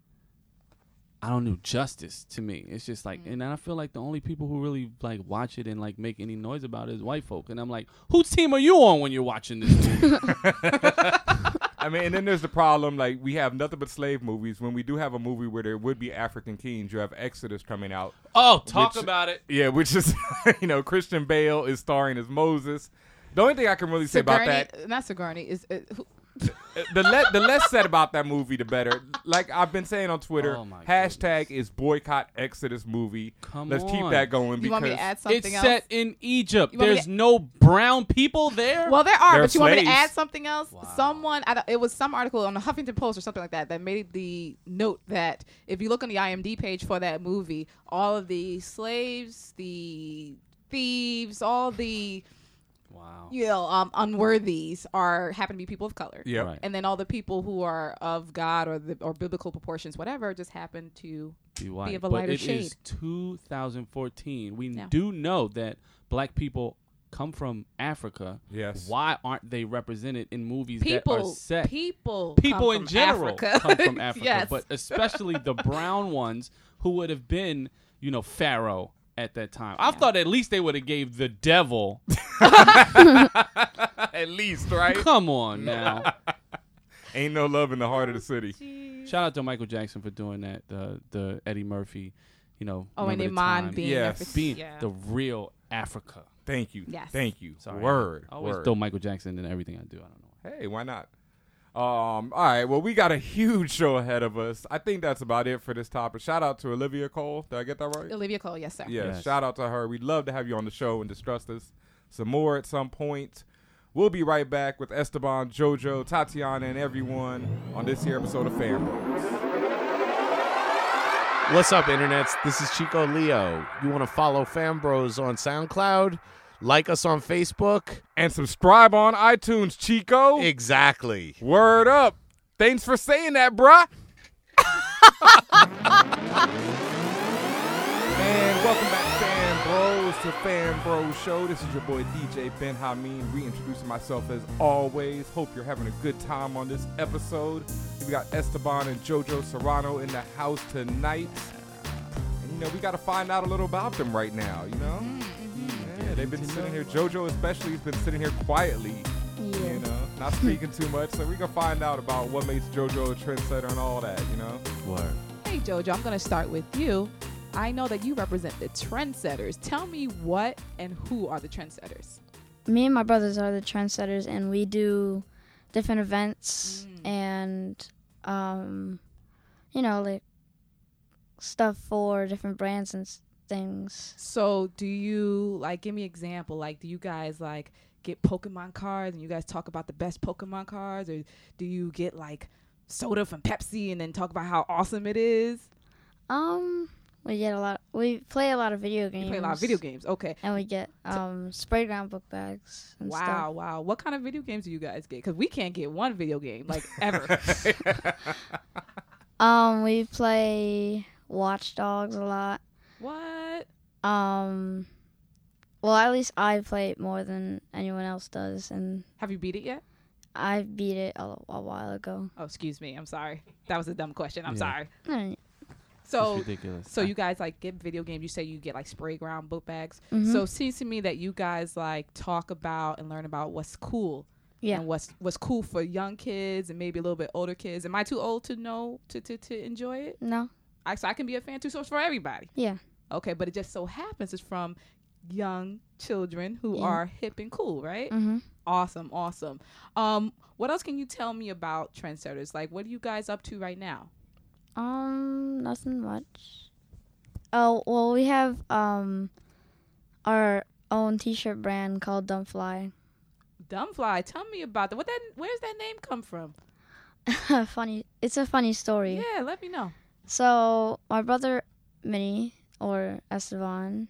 [SPEAKER 4] I don't know justice to me. It's just like,
[SPEAKER 2] Mm.
[SPEAKER 4] and I feel like the only people who really like watch it and like make any noise about it is white folk. And I'm like, whose team are you on when you're watching
[SPEAKER 2] (laughs)
[SPEAKER 4] this? movie?
[SPEAKER 3] I mean, and then there's the problem like we have nothing but slave movies. When we do have a movie where there would be African kings, you have Exodus coming out.
[SPEAKER 4] oh, talk
[SPEAKER 3] Which-
[SPEAKER 4] about it.
[SPEAKER 3] Yeah, which is (laughs) you know Christian Bale is starring as Moses. The only thing I can really say about that
[SPEAKER 2] Sigourney- Not Sigourney. Is uh, who-
[SPEAKER 3] the le- the less said about that movie, the better. Like I've been saying on Twitter,
[SPEAKER 4] Oh my
[SPEAKER 3] hashtag is boycott Exodus movie.
[SPEAKER 4] Come
[SPEAKER 3] Let's keep
[SPEAKER 4] on.
[SPEAKER 3] that going
[SPEAKER 2] you want me to
[SPEAKER 3] because-
[SPEAKER 2] add something
[SPEAKER 4] it's
[SPEAKER 2] else?
[SPEAKER 4] set in Egypt.
[SPEAKER 2] You want me
[SPEAKER 4] There's
[SPEAKER 2] to-
[SPEAKER 4] no brown people there.
[SPEAKER 2] Well, there are,
[SPEAKER 3] They're
[SPEAKER 2] but you want me to
[SPEAKER 3] slaves.
[SPEAKER 2] add something else? Someone, I don't, it was some article on the Huffington Post or something like that that made the note that if you look on the IMDb page for that movie, all of the slaves, the thieves, all the
[SPEAKER 4] wow.
[SPEAKER 2] you know um, unworthies are happen to be people of color.
[SPEAKER 3] Yep.
[SPEAKER 4] Right.
[SPEAKER 2] And then all the people who are of God or the or biblical proportions, whatever, just happen to
[SPEAKER 4] be white.
[SPEAKER 2] of a
[SPEAKER 4] but
[SPEAKER 2] lighter
[SPEAKER 4] it is
[SPEAKER 2] shade.
[SPEAKER 4] 2014. We
[SPEAKER 2] Yeah.
[SPEAKER 4] do know that black people come from Africa.
[SPEAKER 3] Yes.
[SPEAKER 4] Why aren't they represented in movies that are
[SPEAKER 2] people
[SPEAKER 4] set?
[SPEAKER 2] people
[SPEAKER 4] People
[SPEAKER 2] come
[SPEAKER 4] in
[SPEAKER 2] from
[SPEAKER 4] general
[SPEAKER 2] Africa.
[SPEAKER 4] come
[SPEAKER 2] (laughs)
[SPEAKER 4] from Africa,
[SPEAKER 2] yes.
[SPEAKER 4] but especially
[SPEAKER 2] (laughs)
[SPEAKER 4] the brown ones who would have been, you know, Pharaoh at that time. I thought at least they would have gave the devil.
[SPEAKER 3] at least right. (laughs)
[SPEAKER 2] (laughs)
[SPEAKER 4] Come on now.
[SPEAKER 3] Ain't no love in the heart of the city.
[SPEAKER 4] Shout out to Michael Jackson for doing that. The the Eddie Murphy, you know.
[SPEAKER 2] oh, and
[SPEAKER 4] remember the
[SPEAKER 2] Iman
[SPEAKER 4] time.
[SPEAKER 2] being
[SPEAKER 3] Yes.
[SPEAKER 2] African.
[SPEAKER 4] being
[SPEAKER 2] yeah.
[SPEAKER 4] the real Africa.
[SPEAKER 3] Thank you.
[SPEAKER 2] Yes.
[SPEAKER 3] Thank you.
[SPEAKER 4] Sorry.
[SPEAKER 3] Word.
[SPEAKER 4] I always
[SPEAKER 3] word.
[SPEAKER 4] throw Michael Jackson in everything I do. I don't know.
[SPEAKER 3] Hey, why not? Um, all right. Well, we got a (laughs) huge show ahead of us. I think that's about it for this topic. Shout out to Olivia Cole. Did I get that right?
[SPEAKER 2] Olivia Cole, yes sir.
[SPEAKER 3] Yeah,
[SPEAKER 4] Yes.
[SPEAKER 3] shout out to her. We'd love to have you on the show and discuss this some more at some point. We'll be right back with Esteban, JoJo, Tatiana, and everyone on this here episode of Fanboys.
[SPEAKER 6] What's up, internets? This is Chico Leo. You want to follow Fambros on SoundCloud? Like us on Facebook?
[SPEAKER 3] And subscribe on iTunes, Chico.
[SPEAKER 6] Exactly.
[SPEAKER 3] Word up. Thanks for saying that, bruh. (laughs) And welcome back, fan bros, to Fan Bros Show. This is your boy DJ Ben Hameen, reintroducing myself as always. Hope you're having a good time on this episode. We got Esteban and JoJo Serrano in the house tonight. And, you know, we got to find out a little about them right now, you know? Yeah, they've been sitting here, JoJo especially, has been sitting here quietly you know, not speaking too much. So we can find out about what makes JoJo a trendsetter and all that, you know.
[SPEAKER 6] Word.
[SPEAKER 2] Hey Jojo, I'm gonna start with you. I know that you represent the trendsetters. Tell me what and who are the trendsetters.
[SPEAKER 5] Me and my brothers are the trendsetters, and we do different events
[SPEAKER 2] Mm.
[SPEAKER 5] and, um, you know, like stuff for different brands and s- things.
[SPEAKER 2] So do you like give me example? Like do you guys like get Pokemon cards and you guys talk about the best Pokemon cards or do you get like soda from Pepsi and then talk about how awesome it is?
[SPEAKER 5] Um, we get a lot. We play a lot of video games.
[SPEAKER 2] You play a lot of video games. Okay.
[SPEAKER 5] And we get um spray ground book bags. And
[SPEAKER 2] Wow,
[SPEAKER 5] Stuff.
[SPEAKER 2] wow. What kind of video games do you guys get? Because we can't get one video game, like (laughs) ever.
[SPEAKER 5] Um, we play Watch Dogs a lot.
[SPEAKER 2] what?
[SPEAKER 5] Um, well, at least I play it more than anyone else does, and
[SPEAKER 2] Have you beat it yet?
[SPEAKER 5] I beat it a, a while ago.
[SPEAKER 2] Oh, excuse me. I'm sorry. That was a dumb question. I'm
[SPEAKER 4] Yeah.
[SPEAKER 2] sorry.
[SPEAKER 5] Alright.
[SPEAKER 4] It's
[SPEAKER 2] So
[SPEAKER 4] ridiculous.
[SPEAKER 2] so
[SPEAKER 5] Uh.
[SPEAKER 4] I-
[SPEAKER 2] you guys like get video games. You say you get like spray ground book bags.
[SPEAKER 5] Mhm.
[SPEAKER 2] So it seems to me that you guys like talk about and learn about what's cool.
[SPEAKER 5] Yeah.
[SPEAKER 2] And what's what's cool for young kids and maybe a little bit older kids. Am I too old to know to to, to enjoy it?
[SPEAKER 5] No.
[SPEAKER 2] I, so I can be a fan too. So it's for everybody.
[SPEAKER 5] Yeah.
[SPEAKER 2] Okay, but it just so happens it's from young children who
[SPEAKER 5] Yeah.
[SPEAKER 2] are hip and cool, right?
[SPEAKER 5] Mm-hmm.
[SPEAKER 2] Awesome, awesome. Um, what else can you tell me about trendsetters? Like, what are you guys up to right now?
[SPEAKER 5] Um, nothing much. Oh well, we have um our own T-shirt brand called Dumbfly.
[SPEAKER 2] Dumbfly, tell me about that. What that? Where's that name come from?
[SPEAKER 5] (laughs) funny. It's a funny story.
[SPEAKER 2] Yeah, let me (laughs) know.
[SPEAKER 5] So my brother Minnie or Esteban,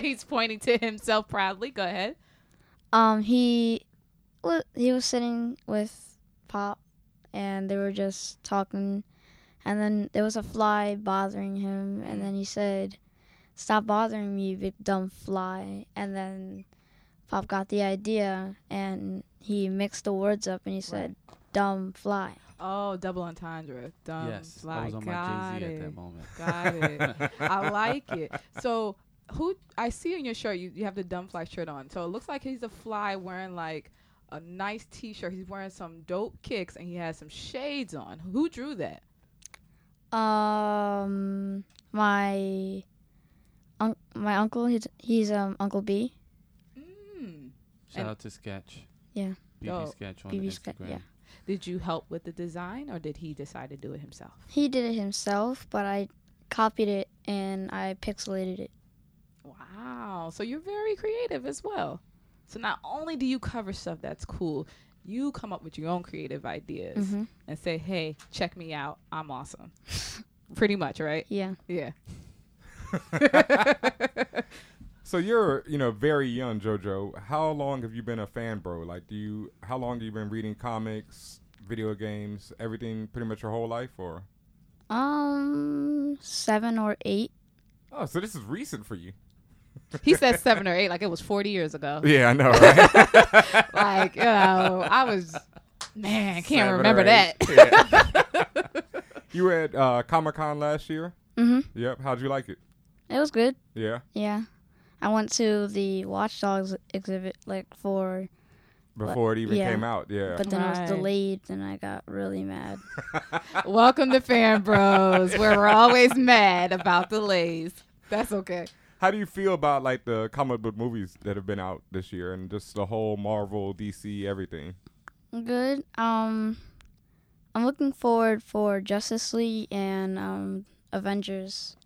[SPEAKER 2] He's pointing to himself proudly. Go ahead.
[SPEAKER 5] um, he wa- he was sitting with Pop, and they were just talking, and then there was a fly bothering him, and then he said, "Stop bothering me, you big dumb fly." And then Pop got the idea, and he mixed the words up, and he said, "Dumb fly."
[SPEAKER 2] Oh, double entendre. Dumb.
[SPEAKER 4] yes,
[SPEAKER 2] Like,
[SPEAKER 4] I was on
[SPEAKER 2] um, got
[SPEAKER 4] my Jay Z
[SPEAKER 2] it.
[SPEAKER 4] at that moment.
[SPEAKER 2] Got
[SPEAKER 4] (laughs)
[SPEAKER 2] it. I like it. So who I see in your shirt, you, you have the dumb fly shirt on. So it looks like he's a fly wearing like a nice t-shirt. He's wearing some dope kicks and he has some shades on. Who drew that?
[SPEAKER 5] Um, my un- my uncle, he's, he's um Uncle B.
[SPEAKER 2] Mm.
[SPEAKER 4] Shout
[SPEAKER 2] And-
[SPEAKER 4] out to Sketch.
[SPEAKER 5] Yeah.
[SPEAKER 4] BB
[SPEAKER 2] Oh,
[SPEAKER 4] Sketch on
[SPEAKER 5] BB
[SPEAKER 4] Instagram.
[SPEAKER 5] Sketch, yeah.
[SPEAKER 2] Did you help with the design or did he decide to do it himself?
[SPEAKER 5] He did it himself, but I copied it and I pixelated it.
[SPEAKER 2] Wow. So you're very creative as well. So not only do you cover stuff that's cool, you come up with your own creative ideas
[SPEAKER 4] Mm-hmm.
[SPEAKER 5] Mhm.
[SPEAKER 2] and say, "Hey, check me out. I'm awesome." (laughs) Pretty much, right?
[SPEAKER 5] Yeah.
[SPEAKER 2] Yeah.
[SPEAKER 3] So you're, you know, very young, JoJo. How long have you been a fan, bro? Like, do you? How long have you been reading comics, video games, everything, pretty much your whole life, or?
[SPEAKER 5] Um, seven or eight.
[SPEAKER 3] Oh, so this is recent for you.
[SPEAKER 2] He
[SPEAKER 4] (laughs)
[SPEAKER 2] said 7 or 8 like it was 40 years ago.
[SPEAKER 3] (laughs) Yeah, I know, right?
[SPEAKER 2] Like, you know, I was man, (laughs) can't
[SPEAKER 3] Seven or
[SPEAKER 2] remember
[SPEAKER 3] eight.
[SPEAKER 2] that.
[SPEAKER 3] (laughs) you were at uh, Comic Con last year.
[SPEAKER 5] Mm-hmm.
[SPEAKER 3] Yep. How'd you like it?
[SPEAKER 5] It was good.
[SPEAKER 3] Yeah.
[SPEAKER 5] Yeah. I went to the Watch Dogs exhibit like for,
[SPEAKER 3] Before it even
[SPEAKER 5] yeah.
[SPEAKER 3] came out. Yeah.
[SPEAKER 5] but then it
[SPEAKER 2] Right.
[SPEAKER 5] was delayed, and I got really mad.
[SPEAKER 2] (laughs) Welcome to Fan Bros, where we're
[SPEAKER 4] (laughs)
[SPEAKER 2] always mad about delays. That's okay.
[SPEAKER 3] How do you feel about like the comic book movies that have been out this year and just the whole Marvel, DC, everything?
[SPEAKER 5] Good. Um, I'm looking forward for Justice League and um Avengers.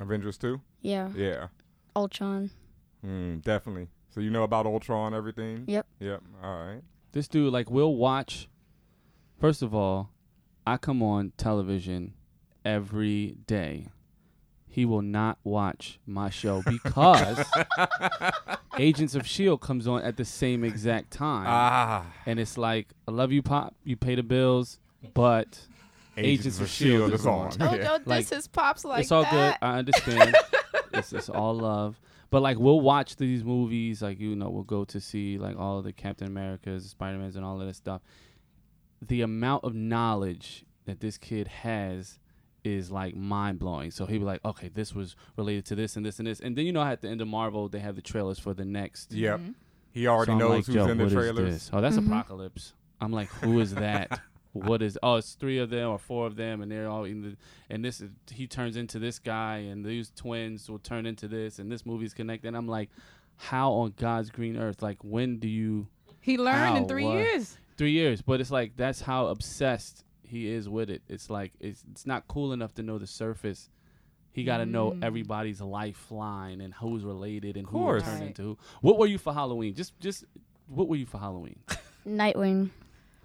[SPEAKER 3] Avengers two.
[SPEAKER 5] Yeah,
[SPEAKER 3] Yeah.
[SPEAKER 5] Ultron.
[SPEAKER 3] Mm, definitely. So you know about Ultron, everything.
[SPEAKER 5] Yep.
[SPEAKER 3] Yep. All right.
[SPEAKER 4] This dude, like, we'll watch. First of all, I come on television every day. He will not watch my (laughs) show because Agents of S.H.I.E.L.D. E comes on at the same exact time.
[SPEAKER 3] Ah.
[SPEAKER 4] and it's like, I love you, Pop. You pay the bills, but Agents of
[SPEAKER 3] E
[SPEAKER 4] S.H.I.E.L.D. E is on.
[SPEAKER 5] Oh,
[SPEAKER 2] Jojo,
[SPEAKER 4] Like,
[SPEAKER 2] Oh, is pops like
[SPEAKER 4] it's all good. Uh, I understand. it's, it's all love. But like we'll watch these movies, like you know, we'll go to see like all of the Captain Americas, Spider Mans, and all of that stuff. The amount of knowledge that this kid has is like mind blowing. So he'd be like, okay, this was related to this and this and this, and then you know, at the end of Marvel, they have the trailers for the next.
[SPEAKER 3] Yep.
[SPEAKER 2] Mm-hmm.
[SPEAKER 3] He already
[SPEAKER 4] So I'm
[SPEAKER 3] knows
[SPEAKER 4] like,
[SPEAKER 3] who's
[SPEAKER 4] yo,
[SPEAKER 3] in the
[SPEAKER 4] what is
[SPEAKER 3] trailers.
[SPEAKER 4] this? Oh, that's
[SPEAKER 5] Mhm.
[SPEAKER 4] Apocalypse. I'm like, who is
[SPEAKER 3] (laughs)
[SPEAKER 4] that? what is? Oh, it's three of them or four of them, and they're all in the. And this is he turns into this guy, and these twins will turn into this, and this movie's connected. I'm like, how on God's green earth? Like, when do you?
[SPEAKER 2] He learned in
[SPEAKER 4] Ow,
[SPEAKER 2] three
[SPEAKER 4] what?
[SPEAKER 2] years.
[SPEAKER 4] Three years, but it's like that's how obsessed he is with it. It's like it's it's not cool enough to know the surface. He got to know
[SPEAKER 2] Mm.
[SPEAKER 4] everybody's lifeline and who's related and who will
[SPEAKER 3] Course.
[SPEAKER 4] turn
[SPEAKER 2] Right.
[SPEAKER 4] into who. What were you for Halloween? Just just what were you for Halloween? (laughs)
[SPEAKER 5] Nightwing.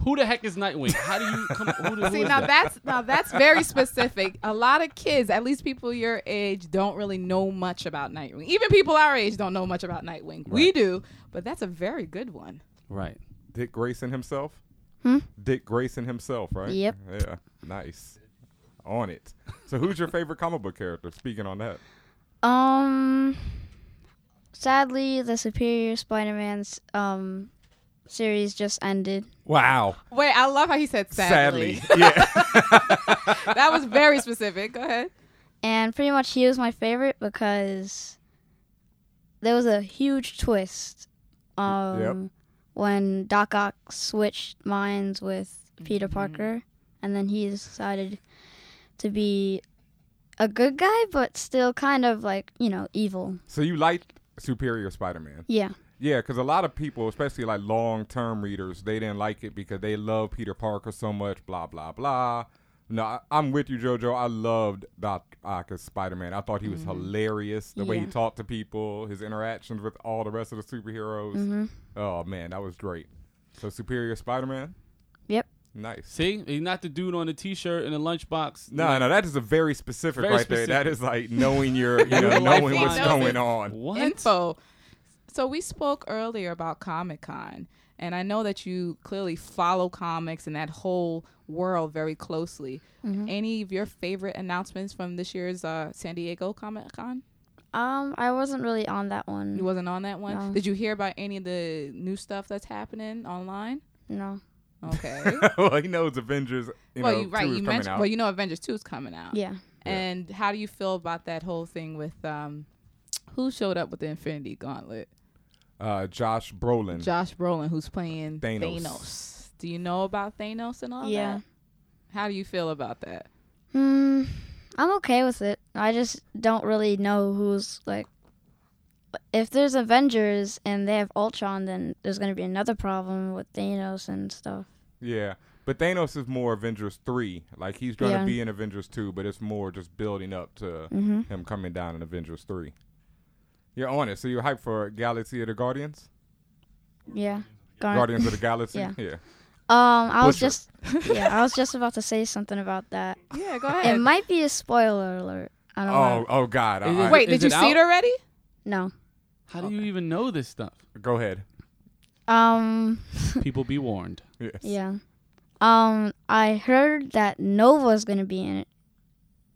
[SPEAKER 4] Who the heck is Nightwing? How do you come? Who, the-
[SPEAKER 2] (laughs)
[SPEAKER 4] who
[SPEAKER 2] See
[SPEAKER 4] is
[SPEAKER 2] now
[SPEAKER 4] that?
[SPEAKER 2] that's now that's very specific. A lot of kids, at least people your age, don't really know much about Nightwing. Even people our age don't know much about Nightwing. We
[SPEAKER 4] Right.
[SPEAKER 2] do, but that's a very good one.
[SPEAKER 4] Right.
[SPEAKER 3] Dick Grayson himself.
[SPEAKER 5] Hmm?
[SPEAKER 3] Dick Grayson himself, right?
[SPEAKER 5] Yep.
[SPEAKER 3] Yeah. Nice. On it. So who's your favorite comic book character? Speaking on that.
[SPEAKER 5] Um, sadly, the Superior Spider-Man's um series just ended.
[SPEAKER 3] Wow.
[SPEAKER 2] Wait, I love how he said sadly.
[SPEAKER 3] Sadly. yeah.
[SPEAKER 2] (laughs) that was very specific. Go ahead.
[SPEAKER 5] And pretty much he was my favorite because there was a huge twist um, when Doc Ock switched minds with Peter Parker, and then he decided to be a good guy, but still kind of like, you know, evil.
[SPEAKER 3] So you liked Superior Spider-Man?
[SPEAKER 5] Yeah.
[SPEAKER 3] Yeah, because a lot of people, especially like long term readers, they didn't like it because they love Peter Parker so much, blah, blah, blah. No, I, I'm with you, JoJo. I loved Doc Ock as Spider Man. I thought he was hilarious. The way he
[SPEAKER 5] Yeah.
[SPEAKER 3] talked to people, his interactions with all the rest of the superheroes.
[SPEAKER 5] hmm
[SPEAKER 3] Oh, man, that was great. So, Superior Spider Man?
[SPEAKER 5] Yep.
[SPEAKER 4] (laughs)
[SPEAKER 3] Nice.
[SPEAKER 4] See, he's not the dude on the T-shirt and the lunchbox.
[SPEAKER 3] No, no, that is a very specific
[SPEAKER 4] Very
[SPEAKER 3] right there. That is like knowing your, you know,
[SPEAKER 4] Your
[SPEAKER 3] knowing what's
[SPEAKER 2] lifeline.
[SPEAKER 3] going on.
[SPEAKER 4] What?
[SPEAKER 2] Info. So we spoke earlier about Comic Con, and I know that you clearly follow comics and that whole world very closely. Any of your favorite announcements from this year's uh, San Diego Comic Con?
[SPEAKER 5] Um, I wasn't really on that one.
[SPEAKER 2] You wasn't on that one.
[SPEAKER 5] No.
[SPEAKER 2] Did you hear about any of the new stuff that's happening online?
[SPEAKER 5] no.
[SPEAKER 2] Okay.
[SPEAKER 3] well, (laughs) he knows Avengers. You
[SPEAKER 2] well,
[SPEAKER 3] know,
[SPEAKER 2] you right.
[SPEAKER 3] 2 is
[SPEAKER 2] You
[SPEAKER 3] coming
[SPEAKER 2] mentioned.
[SPEAKER 3] out.
[SPEAKER 2] Well, you know, Avengers Two is coming out.
[SPEAKER 5] Yeah.
[SPEAKER 2] And how do you feel about that whole thing with um, who showed up with the Infinity Gauntlet?
[SPEAKER 3] uh, Josh Brolin.
[SPEAKER 2] Josh Brolin, who's playing
[SPEAKER 3] Thanos.
[SPEAKER 2] Thanos. Do you know about Thanos and all
[SPEAKER 5] Yeah.
[SPEAKER 2] that? How do you feel about that?
[SPEAKER 5] Hmm. I'm okay with it. I just don't really know who's like. If there's Avengers and they have Ultron, then there's gonna be another problem with Thanos and stuff.
[SPEAKER 3] Yeah. But Thanos is more Avengers 3. Like, he's going to
[SPEAKER 5] Yeah.
[SPEAKER 3] be in Avengers 2, but it's more just building up to
[SPEAKER 5] Mm-hmm.
[SPEAKER 3] him coming down in Avengers 3. You're on it. So you're hyped for Galaxy of the Guardians?
[SPEAKER 5] Yeah. Gar-
[SPEAKER 3] Guardians of the Galaxy?
[SPEAKER 5] Uh, Yeah.
[SPEAKER 3] yeah.
[SPEAKER 5] Um, I was
[SPEAKER 3] Butcher.
[SPEAKER 5] just (laughs) yeah, I was just about to say something about that.
[SPEAKER 2] Yeah, go
[SPEAKER 5] It might be a spoiler alert. I don't
[SPEAKER 3] Oh,
[SPEAKER 5] know.
[SPEAKER 3] oh, God.
[SPEAKER 4] Is
[SPEAKER 3] I-
[SPEAKER 4] it-
[SPEAKER 2] Wait,
[SPEAKER 4] Is
[SPEAKER 2] did you see
[SPEAKER 4] out?
[SPEAKER 2] it already?
[SPEAKER 5] No.
[SPEAKER 4] How do you even know this stuff?
[SPEAKER 3] (laughs) I- go ahead.
[SPEAKER 5] Um,
[SPEAKER 4] People be warned.
[SPEAKER 3] Yes.
[SPEAKER 5] yeah. Um, I heard that Nova's gonna be in it.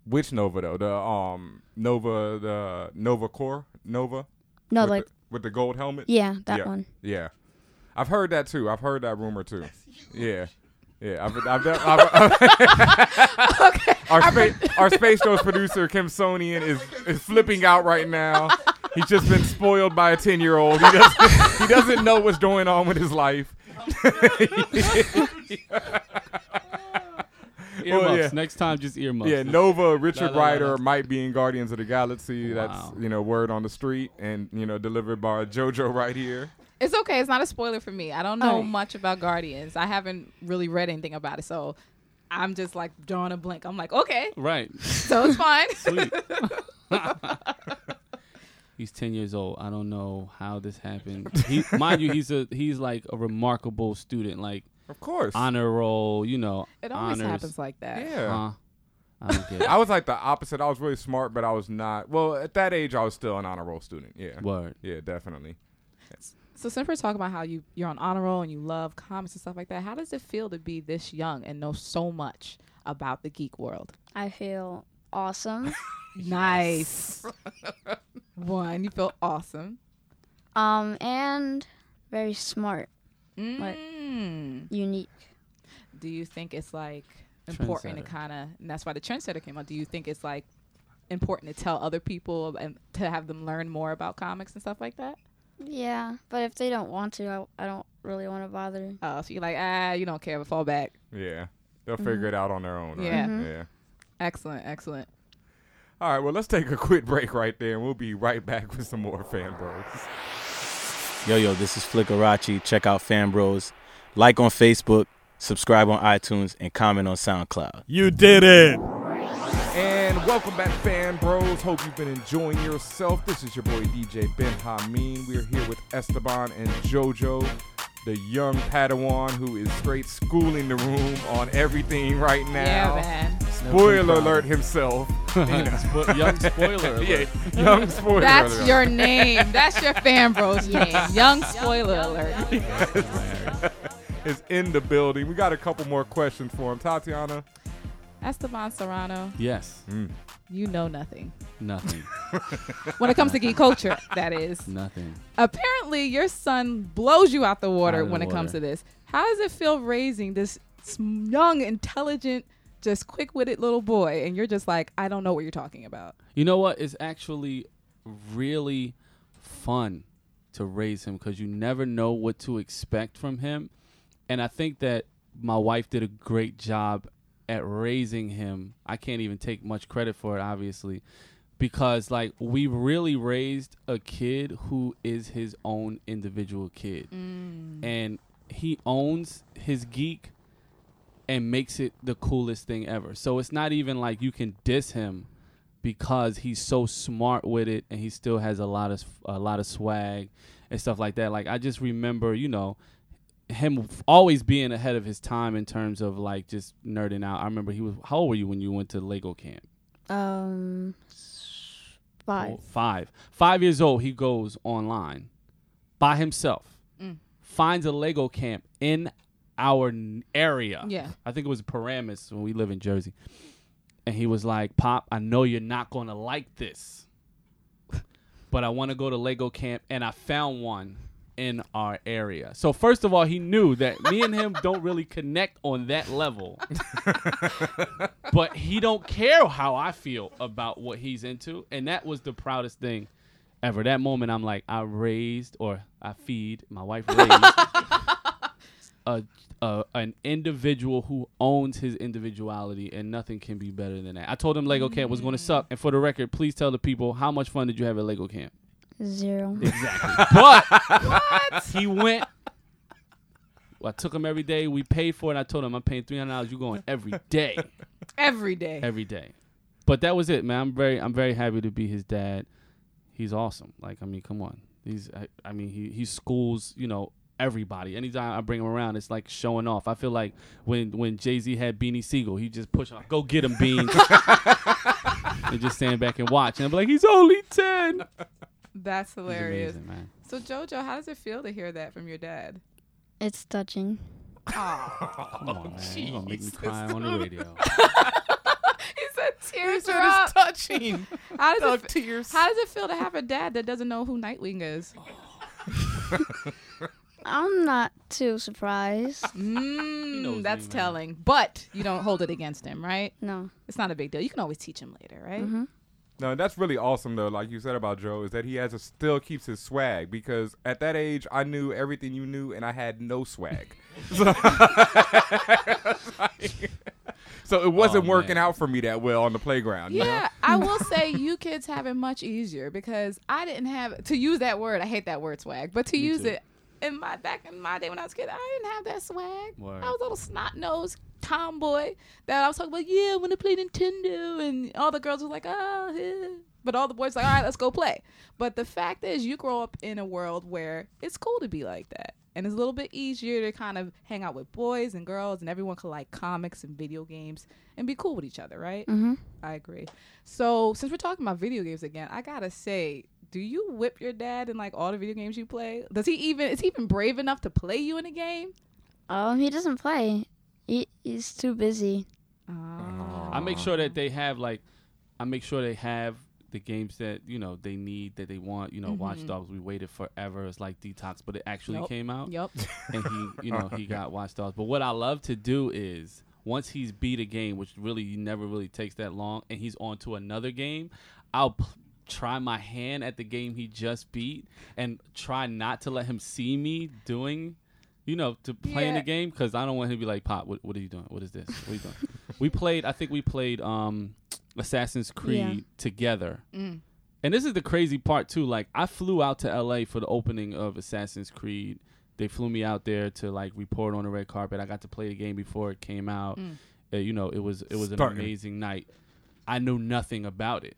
[SPEAKER 3] Which Nova, though? The um Nova, the Nova Core? Nova?
[SPEAKER 5] No,
[SPEAKER 3] with
[SPEAKER 5] like
[SPEAKER 3] the, with the gold helmet?
[SPEAKER 5] yeah, that
[SPEAKER 3] Yeah.
[SPEAKER 5] one.
[SPEAKER 3] Yeah, I've heard that too. I've heard that rumor too. Yeah, yeah. I've, I've, def- I've, (laughs) Our, spa- our space ghost producer Kim Sonian is is flipping out right now. He's just been spoiled by a ten year old. He doesn't he doesn't know what's going on with his life.
[SPEAKER 4] Earmuffs.
[SPEAKER 3] Oh, yeah.
[SPEAKER 4] Next time, just earmuffs.
[SPEAKER 3] Yeah, Nova Richard
[SPEAKER 4] La, la, la,
[SPEAKER 3] Ryder
[SPEAKER 4] la.
[SPEAKER 3] might be in Guardians of the Galaxy.
[SPEAKER 4] Wow.
[SPEAKER 3] That's you know word on the street, and you know delivered by JoJo right here.
[SPEAKER 2] It's okay. It's not a spoiler for me. I don't know
[SPEAKER 5] Alright.
[SPEAKER 2] much about Guardians. I haven't really read anything about it, so I'm just like drawing a blank. I'm like, okay,
[SPEAKER 3] (laughs)
[SPEAKER 4] Right.
[SPEAKER 2] (laughs) so it's fine.
[SPEAKER 4] Sweet. he's 10 years old. I don't know how this happened. He, mind you, he's a he's like a remarkable student, like
[SPEAKER 3] Of course.
[SPEAKER 4] honor roll. You know,
[SPEAKER 2] it always
[SPEAKER 4] honors.
[SPEAKER 2] happens like that.
[SPEAKER 3] yeah.
[SPEAKER 4] Huh? I
[SPEAKER 3] (laughs)
[SPEAKER 4] don't get it.
[SPEAKER 3] I was like the opposite. I was really smart, but I was not. Well, at that age, I was still an honor roll student. Yeah.
[SPEAKER 4] Word.
[SPEAKER 3] Yeah, definitely.
[SPEAKER 2] So since we're talking about how you you're on honor roll and you love comics and stuff like that, how does it feel to be this young and know so much about the geek world?
[SPEAKER 5] I feel awesome.
[SPEAKER 2] Nice. One, you feel awesome.
[SPEAKER 5] um, and very smart, Like-
[SPEAKER 2] Mm.
[SPEAKER 5] unique.
[SPEAKER 2] Do you think it's like important to kind of? And that's why the trendsetter came out. Do you think it's like important to tell other people and to have them learn more about comics and stuff like that?
[SPEAKER 5] Yeah, but if they don't want to, I, I don't really want to bother.
[SPEAKER 2] Oh, so you're like, ah, you don't care, but fall back.
[SPEAKER 3] Yeah. They'll figure it out on their own. Right?
[SPEAKER 2] Mm-hmm. Yeah.
[SPEAKER 6] Mm-hmm.
[SPEAKER 3] Yeah.
[SPEAKER 2] Excellent, excellent.
[SPEAKER 3] All right. Well, let's take a quick break right there, and we'll be right back with some more fan bros.
[SPEAKER 7] Yo, yo, this is Flickarachi. Check out Fan Bros. Like on Facebook, subscribe on iTunes, and comment on SoundCloud.
[SPEAKER 6] You did it.
[SPEAKER 3] And welcome back, fan bros. Hope you've been enjoying yourself. This is your boy DJ Ben Hameen. We're here with Esteban and JoJo, the young Padawan who is straight schooling the room on everything right
[SPEAKER 2] Yeah,
[SPEAKER 3] now.
[SPEAKER 2] man.
[SPEAKER 3] Spoiler alert himself. (laughs) You know.
[SPEAKER 4] Spo- young spoiler.
[SPEAKER 3] (laughs)
[SPEAKER 4] alert.
[SPEAKER 2] (laughs)
[SPEAKER 3] yeah, young spoiler.
[SPEAKER 2] That's
[SPEAKER 3] alert.
[SPEAKER 2] your name. That's your fan (laughs) bro's name. Young spoiler alert.
[SPEAKER 3] is in the building. We got a couple more questions for him. Tatiana,
[SPEAKER 2] Esteban Serrano,
[SPEAKER 4] Yes.
[SPEAKER 3] Mm.
[SPEAKER 2] you know nothing.
[SPEAKER 4] Nothing.
[SPEAKER 2] When it comes to geek
[SPEAKER 4] (laughs)
[SPEAKER 2] culture, that is.
[SPEAKER 4] Nothing.
[SPEAKER 2] Apparently, your son blows you out the water
[SPEAKER 4] Out of the
[SPEAKER 2] when it comes to
[SPEAKER 4] water.
[SPEAKER 2] this. How does it feel raising this s- young, intelligent, just quick witted little boy? And you're just like, I don't know what you're talking about.
[SPEAKER 4] You know what? It's actually really fun to raise him because you never know what to expect from him. And I think that my wife did a great job at raising him. I can't even take much credit for it, obviously, because like we really raised a kid who is his own individual kid.
[SPEAKER 2] Mm.
[SPEAKER 4] And he owns his geek and makes it the coolest thing ever. So it's not even like you can diss him because he's so smart with it and he still has a lot of a lot of swag and stuff like that. Like I just remember, you know, him f- always being ahead of his time in terms of like just nerding out. I remember he was how old were you when you went to Lego camp?
[SPEAKER 5] Um, five.
[SPEAKER 4] Well, five. Five years old, he goes online by himself, finds a Lego camp in our n- area.
[SPEAKER 2] Yeah.
[SPEAKER 4] I think it was Paramus when we live in Jersey. And he was like, Pop, I know you're not going to (laughs) like this, but I want to go to Lego camp. And I found one in our area. So first of all, he knew that me and him don't really connect on that level. (laughs) but he don't care how I feel about what he's into, and that was the proudest thing ever. That moment, I'm like, I raised or I feed my wife raised a, a an individual who owns his individuality, and nothing can be better than that. I told him Lego camp was going to suck, and for the record, please tell the people how much fun did you have at Lego camp?
[SPEAKER 5] Zero.
[SPEAKER 4] But he went. I took him every day. We paid for it. I told him I'm paying three hundred dollars. You going every day,
[SPEAKER 2] Every day.
[SPEAKER 4] every day. But that was it, man. I'm very, I'm very happy to be his dad. He's awesome. Like, I mean, come on. He's, I, I mean, he he schools, you know, everybody. Anytime I bring him around, it's like showing off. I feel like when when Jay Z had Beanie Siegel, he just push off, go get him, Beans, and just stand back and watch. And I'm like, he's only ten. He's
[SPEAKER 2] That's hilarious.
[SPEAKER 4] amazing, man.
[SPEAKER 2] So Jojo, how does it feel to hear that from your dad?
[SPEAKER 5] It's touching.
[SPEAKER 2] Aw.
[SPEAKER 4] Come on, man. You're gonna make me cry on the radio.
[SPEAKER 2] (laughs) he said tears are up.
[SPEAKER 6] touching.
[SPEAKER 2] (laughs) How does, it, fe-
[SPEAKER 6] tears.
[SPEAKER 2] how does it feel to have a dad that doesn't know who Nightwing is?
[SPEAKER 5] I'm not too surprised.
[SPEAKER 2] Mm,
[SPEAKER 4] me,
[SPEAKER 2] that's
[SPEAKER 4] man.
[SPEAKER 2] telling. But you don't hold it against him, right?
[SPEAKER 5] No.
[SPEAKER 2] It's not a big deal. You can always teach him later, right?
[SPEAKER 3] No, that's really awesome though. Like you said about Joe, is that he has a, still keeps his swag because at that age I knew everything you knew and I had no swag. (laughs) so,
[SPEAKER 2] (laughs)
[SPEAKER 3] so it wasn't
[SPEAKER 4] Oh,
[SPEAKER 3] working
[SPEAKER 4] man.
[SPEAKER 3] out for me that well on the playground. you know?
[SPEAKER 2] Yeah, I will say you kids have it much easier because I didn't have to use that word. I hate that word swag, but to use
[SPEAKER 4] too.
[SPEAKER 2] it in my back in my day when I was a kid, I didn't have that swag.
[SPEAKER 4] Word.
[SPEAKER 2] I was a little snot nosed tomboy that I was talking about. Yeah, I want to play Nintendo, and all the girls were like, oh, yeah. but all the boys like, all right, let's go play. But the fact is, you grow up in a world where it's cool to be like that. And it's a little bit easier to kind of hang out with boys and girls, and everyone could like comics and video games and be cool with each other, right?
[SPEAKER 5] Mm-hmm.
[SPEAKER 2] I agree. So since we're talking about video games again, I gotta say, do you whip your dad in like all the video games you play? Does he even is he even brave enough to play you in a game?
[SPEAKER 5] Um, he doesn't play. He, he's too busy.
[SPEAKER 4] I make sure that they have like, I make sure they have the games that you know they need that they want. You know, Watch Dogs. We waited forever. It's like detox, but it actually
[SPEAKER 2] Nope.
[SPEAKER 4] came out,
[SPEAKER 2] Yep.
[SPEAKER 4] and he, you know, he got Watch Dogs. But what I love to do is once he's beat a game, which really never really takes that long, and he's on to another game, I'll. P- try my hand at the game he just beat and try not to let him see me doing you know, to playing
[SPEAKER 2] Yeah.
[SPEAKER 4] the game because I don't want him to be like, "Pop, what, what are you doing? What is this? What are you doing?" we played. I think we played um, Assassin's Creed together.
[SPEAKER 2] Mm.
[SPEAKER 4] And this is the crazy part too. Like, I flew out to L.A. for the opening of Assassin's Creed. They flew me out there to like report on the red carpet. I got to play the game before it came out.
[SPEAKER 2] Mm.
[SPEAKER 4] Uh, you know, it was it was
[SPEAKER 3] Starting.
[SPEAKER 4] an amazing night. I knew nothing about it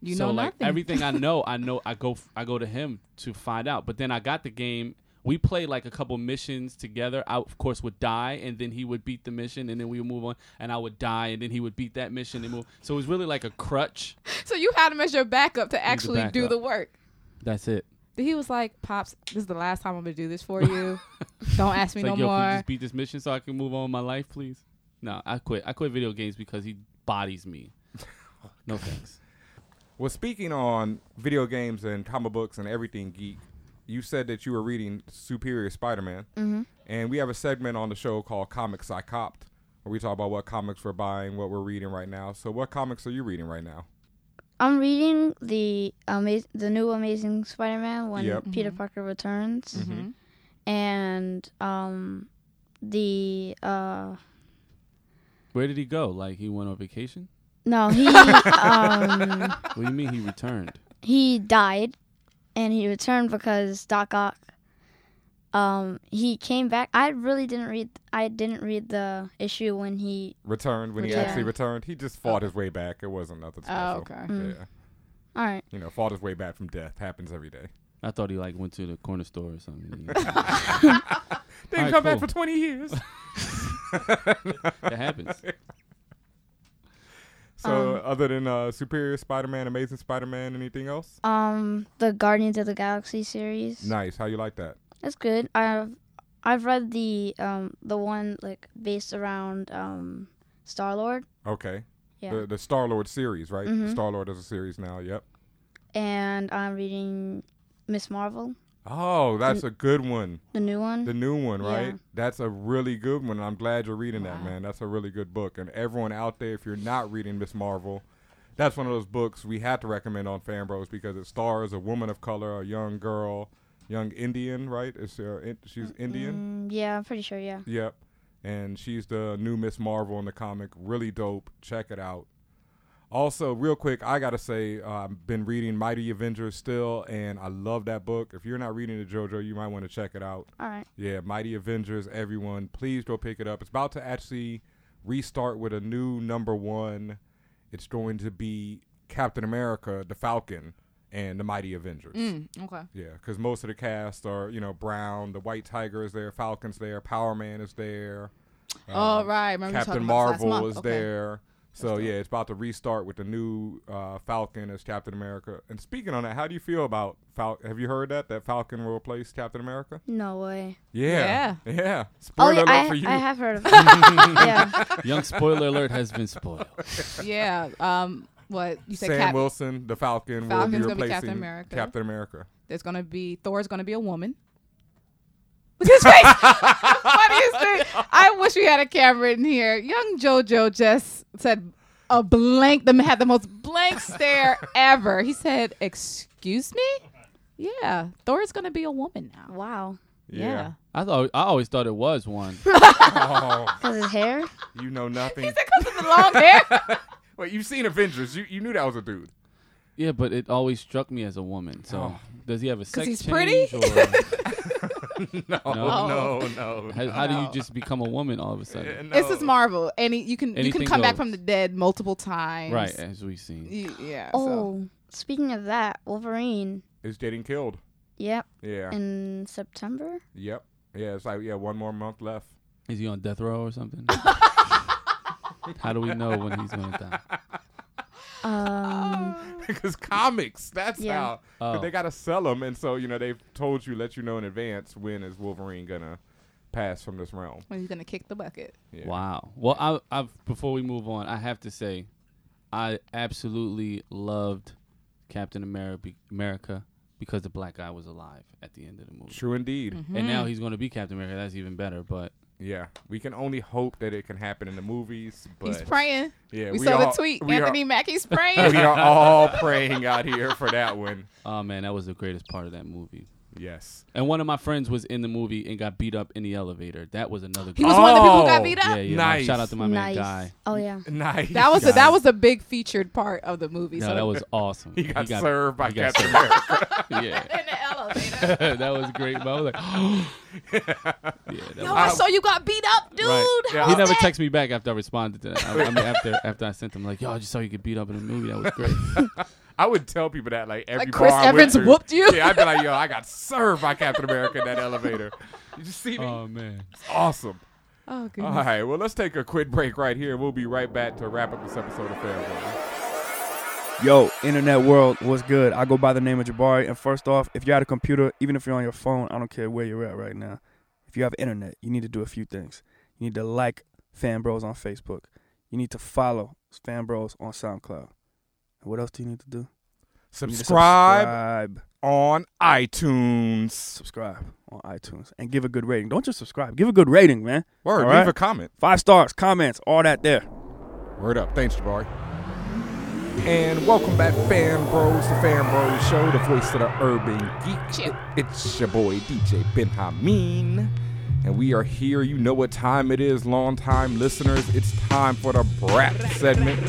[SPEAKER 2] You
[SPEAKER 4] so
[SPEAKER 2] know
[SPEAKER 4] like
[SPEAKER 2] nothing.
[SPEAKER 4] everything
[SPEAKER 2] (laughs)
[SPEAKER 4] I know, I know I go I go to him to find out. But then I got the game. We played like a couple missions together. I of course would die, and then he would beat the mission, and then we would move on. And I would die, and then he would beat that mission and move. So it was really like a crutch.
[SPEAKER 2] so you had him as your backup to actually do
[SPEAKER 4] backup.
[SPEAKER 2] the work.
[SPEAKER 4] That's it.
[SPEAKER 2] He was like, "Pops, this is the last time I'm gonna do this for
[SPEAKER 4] (laughs)
[SPEAKER 2] you. Don't ask me
[SPEAKER 4] It's like,
[SPEAKER 2] no
[SPEAKER 4] yo, can you
[SPEAKER 2] more."
[SPEAKER 4] just beat this mission so I can move on with my life, please? No, I quit. I quit video games because he bodies me.
[SPEAKER 2] (laughs)
[SPEAKER 4] No thanks.
[SPEAKER 3] Well, speaking on video games and comic books and everything geek, you said that you were reading Superior Spider-Man, mm-hmm. and we have a segment on the show called Comics I Copped, where we talk about what comics we're buying, what we're reading right now. So, what comics are you reading right now?
[SPEAKER 5] I'm reading the ama- the new Amazing Spider-Man when
[SPEAKER 3] Yep.
[SPEAKER 5] Peter Parker returns, and um, the uh,
[SPEAKER 4] Where did he go? Like he went on vacation?
[SPEAKER 5] no, he um,
[SPEAKER 4] What do you mean he returned?
[SPEAKER 5] he died, and he returned because Doc Ock. Um, he came back. I really didn't read. I didn't read the issue when he.
[SPEAKER 3] Returned when he
[SPEAKER 5] Returned.
[SPEAKER 3] actually returned, he just fought his way back. It wasn't nothing special.
[SPEAKER 2] Oh, okay.
[SPEAKER 5] mm,
[SPEAKER 3] Yeah,
[SPEAKER 5] All right.
[SPEAKER 3] you know, fought his way back from death. Happens every day.
[SPEAKER 4] I thought he like went to the corner store or something.
[SPEAKER 3] Didn't
[SPEAKER 4] Alright,
[SPEAKER 3] come back for
[SPEAKER 4] cool.
[SPEAKER 3] twenty years.
[SPEAKER 4] that happens.
[SPEAKER 3] (laughs) So, other than uh, Superior Spider-Man, Amazing Spider-Man, anything else?
[SPEAKER 5] Um, the Guardians of the Galaxy series.
[SPEAKER 3] Nice. How you like that?
[SPEAKER 5] That's good. I've I've read the um the one like based around um Star Lord.
[SPEAKER 3] Okay.
[SPEAKER 5] Yeah. Mm-hmm.
[SPEAKER 3] The the Star Lord series, right? Star Lord is a series now. Yep.
[SPEAKER 5] and I'm reading Miss Marvel.
[SPEAKER 3] Oh, that's a good one.
[SPEAKER 5] The new one.
[SPEAKER 3] The new one, right?
[SPEAKER 5] Yeah.
[SPEAKER 3] That's a really good one. I'm glad you're reading that, man. That's a really good book. And everyone out there, if you're not reading Miss Marvel, that's one of those books we had to recommend on Fanbros because it stars a woman of color, a young girl, young Indian, right? Is uh, in, she's Indian?
[SPEAKER 5] Mm, yeah, I'm pretty sure. Yeah.
[SPEAKER 3] Yep. And she's the new Miss Marvel in the comic. Really dope. Check it out. Also, real quick, I gotta say uh, I've been reading Mighty Avengers still, and I love that book. If you're not reading it, JoJo, you might want to check it out.
[SPEAKER 5] All right.
[SPEAKER 3] Yeah, Mighty Avengers, everyone, please go pick it up. It's about to actually restart with a new number one. It's going to be Captain America, the Falcon, and the Mighty Avengers.
[SPEAKER 2] Mm, okay.
[SPEAKER 3] Yeah, because most of the cast are, you know, Brown, the White Tiger is there, Falcon's there, Power Man is there.
[SPEAKER 2] All
[SPEAKER 3] um,
[SPEAKER 2] Oh, right. Remember we talked
[SPEAKER 3] Captain
[SPEAKER 2] about this last
[SPEAKER 3] Marvel
[SPEAKER 2] month.
[SPEAKER 3] is
[SPEAKER 2] Okay.
[SPEAKER 3] there. So yeah, it's about to restart with the new uh, Falcon as Captain America. And speaking on that, how do you feel about Falcon? Have you heard that that Falcon will replace Captain America?
[SPEAKER 5] No way.
[SPEAKER 3] Yeah, yeah.
[SPEAKER 5] Oh,
[SPEAKER 3] Spoiler
[SPEAKER 5] yeah,
[SPEAKER 3] alert
[SPEAKER 5] I,
[SPEAKER 3] for you.
[SPEAKER 5] I have
[SPEAKER 3] (laughs)
[SPEAKER 5] heard of it. yeah.
[SPEAKER 4] Young spoiler alert has been spoiled.
[SPEAKER 2] Yeah. Um. What you said?
[SPEAKER 3] Sam
[SPEAKER 2] Cap-
[SPEAKER 3] Wilson, the Falcon,
[SPEAKER 2] Falcon's gonna
[SPEAKER 3] will be
[SPEAKER 2] be
[SPEAKER 3] replacing
[SPEAKER 2] Captain America.
[SPEAKER 3] Captain America.
[SPEAKER 2] There's gonna be Thor's gonna be a woman. With his face. (laughs) Funniest thing. I wish we had a camera in here. Young JoJo just said a blank. Them had the most blank stare ever. He said, "Excuse me." Yeah, Thor's gonna be a woman now.
[SPEAKER 5] Wow.
[SPEAKER 2] Yeah.
[SPEAKER 4] I thought I always thought it was one.
[SPEAKER 3] oh,
[SPEAKER 5] Cause his hair.
[SPEAKER 3] you
[SPEAKER 2] (laughs)
[SPEAKER 3] know nothing.
[SPEAKER 2] The long hair.
[SPEAKER 3] Wait, you've seen Avengers. You you knew that was a dude.
[SPEAKER 4] Yeah, but it always struck me as a woman. So
[SPEAKER 2] Oh.
[SPEAKER 4] does he have a sex
[SPEAKER 2] he's
[SPEAKER 4] change?
[SPEAKER 2] pretty?
[SPEAKER 4] Or
[SPEAKER 2] (laughs)
[SPEAKER 3] No,
[SPEAKER 4] Oh, No.
[SPEAKER 3] no, no.
[SPEAKER 4] how, how do you
[SPEAKER 2] No.
[SPEAKER 4] just become a woman all of a sudden?
[SPEAKER 3] no.
[SPEAKER 2] This is Marvel, and he- you can you can
[SPEAKER 4] Anything
[SPEAKER 2] come back
[SPEAKER 4] goes.
[SPEAKER 2] from the dead multiple times.
[SPEAKER 4] Right, as we've seen.
[SPEAKER 2] Y- yeah. so.
[SPEAKER 5] Oh, speaking of that, Wolverine.
[SPEAKER 3] Is getting killed.
[SPEAKER 5] Yep.
[SPEAKER 3] Yeah.
[SPEAKER 5] In September.
[SPEAKER 3] yep. Yeah. It's like yeah, one more month left. (laughs)
[SPEAKER 4] Is he on death row or something?
[SPEAKER 2] (laughs)
[SPEAKER 4] how do we know when he's going to die?
[SPEAKER 3] Ah.
[SPEAKER 5] Um.
[SPEAKER 3] Because comics, that's
[SPEAKER 5] Yeah.
[SPEAKER 3] how. 'cause
[SPEAKER 4] Oh.
[SPEAKER 3] they gotta sell them, and so you know they've told you, let you know in advance when is Wolverine gonna pass from this realm.
[SPEAKER 2] When he's gonna kick the bucket.
[SPEAKER 3] Yeah.
[SPEAKER 4] Wow. Well, I, I've before we move on, I have to say, I absolutely loved Captain America, America because the black guy was alive at the end of the movie,
[SPEAKER 3] True indeed.
[SPEAKER 2] Mm.
[SPEAKER 4] and
[SPEAKER 2] Mm-hmm.
[SPEAKER 4] now he's going to be Captain America. That's even better. But
[SPEAKER 3] Yeah, we can only hope that it can happen in the movies. But
[SPEAKER 2] He's praying.
[SPEAKER 3] Yeah,
[SPEAKER 2] we,
[SPEAKER 3] we
[SPEAKER 2] saw
[SPEAKER 3] all-
[SPEAKER 2] the tweet.
[SPEAKER 3] we are-
[SPEAKER 2] Anthony Mackie's
[SPEAKER 3] (laughs) we
[SPEAKER 2] praying.
[SPEAKER 3] are all praying out here for that one.
[SPEAKER 4] oh man, that was the greatest part of that movie.
[SPEAKER 3] Yes.
[SPEAKER 4] And one of my friends was in the movie and got beat up in the elevator. That was another.
[SPEAKER 2] he was one of the people who
[SPEAKER 3] Oh,
[SPEAKER 2] got beat up.
[SPEAKER 4] yeah, yeah.
[SPEAKER 3] Nice.
[SPEAKER 4] Shout out to my man
[SPEAKER 5] nice.
[SPEAKER 4] Guy.
[SPEAKER 5] Oh yeah.
[SPEAKER 3] Nice.
[SPEAKER 2] That was a,
[SPEAKER 4] Guys.
[SPEAKER 2] that was a big featured part of the movie.
[SPEAKER 4] No,
[SPEAKER 2] so
[SPEAKER 4] that was awesome.
[SPEAKER 3] (laughs) he got,
[SPEAKER 4] He got-
[SPEAKER 3] served by
[SPEAKER 4] he got
[SPEAKER 3] Captain
[SPEAKER 4] served.
[SPEAKER 3] America.
[SPEAKER 2] (laughs)
[SPEAKER 4] yeah,
[SPEAKER 2] in the elevator.
[SPEAKER 4] (laughs) that was great. But I was like, (gasps) yeah, that
[SPEAKER 2] Yo,
[SPEAKER 4] was-
[SPEAKER 2] I saw you got beat up, dude.
[SPEAKER 4] Right.
[SPEAKER 2] How
[SPEAKER 4] He
[SPEAKER 2] was
[SPEAKER 4] never
[SPEAKER 2] that?
[SPEAKER 4] texted me back after I responded to that. I, I mean, after after I sent him like, "Yo, I just saw you get beat up in a movie. That was great."
[SPEAKER 2] (laughs)
[SPEAKER 3] I would tell people that like every
[SPEAKER 2] Like Chris
[SPEAKER 3] bar I went
[SPEAKER 2] Evans
[SPEAKER 3] to.
[SPEAKER 2] whooped you?
[SPEAKER 3] Yeah, I'd be like, yo, I got served by Captain America in
[SPEAKER 2] (laughs)
[SPEAKER 3] that elevator. You just see me?
[SPEAKER 4] oh man,
[SPEAKER 3] It's awesome.
[SPEAKER 2] Oh,
[SPEAKER 3] All
[SPEAKER 2] goodness.
[SPEAKER 3] right, well, let's take a quick break right here. We'll be right back to wrap up this episode of Fanboy.
[SPEAKER 8] Yo, internet world, what's good? I go by the name of Jabari, and first off, if you had a computer, even if you're on your phone, I don't care where you're at right now. If you have internet, you need to do a few things. You need to like Fan Bros on Facebook. You need to follow Fan Bros on SoundCloud. And what else do you need to do? You need to
[SPEAKER 3] Subscribe
[SPEAKER 8] subscribe,
[SPEAKER 3] on iTunes.
[SPEAKER 8] subscribe on iTunes, and give a good rating. Don't just subscribe, give a good rating, man.
[SPEAKER 3] Word,
[SPEAKER 8] All
[SPEAKER 3] leave
[SPEAKER 8] right?
[SPEAKER 3] a comment.
[SPEAKER 8] Five stars, comments, all that there.
[SPEAKER 3] Word up. Thanks, Jabari. And welcome back, Fan Bros, the Fan Bros Show, the voice of the urban geek.
[SPEAKER 2] Chip.
[SPEAKER 3] It's your boy, DJ Ben Hameen. And we are here. You know what time it is, long-time listeners. It's time for the BRAP segment,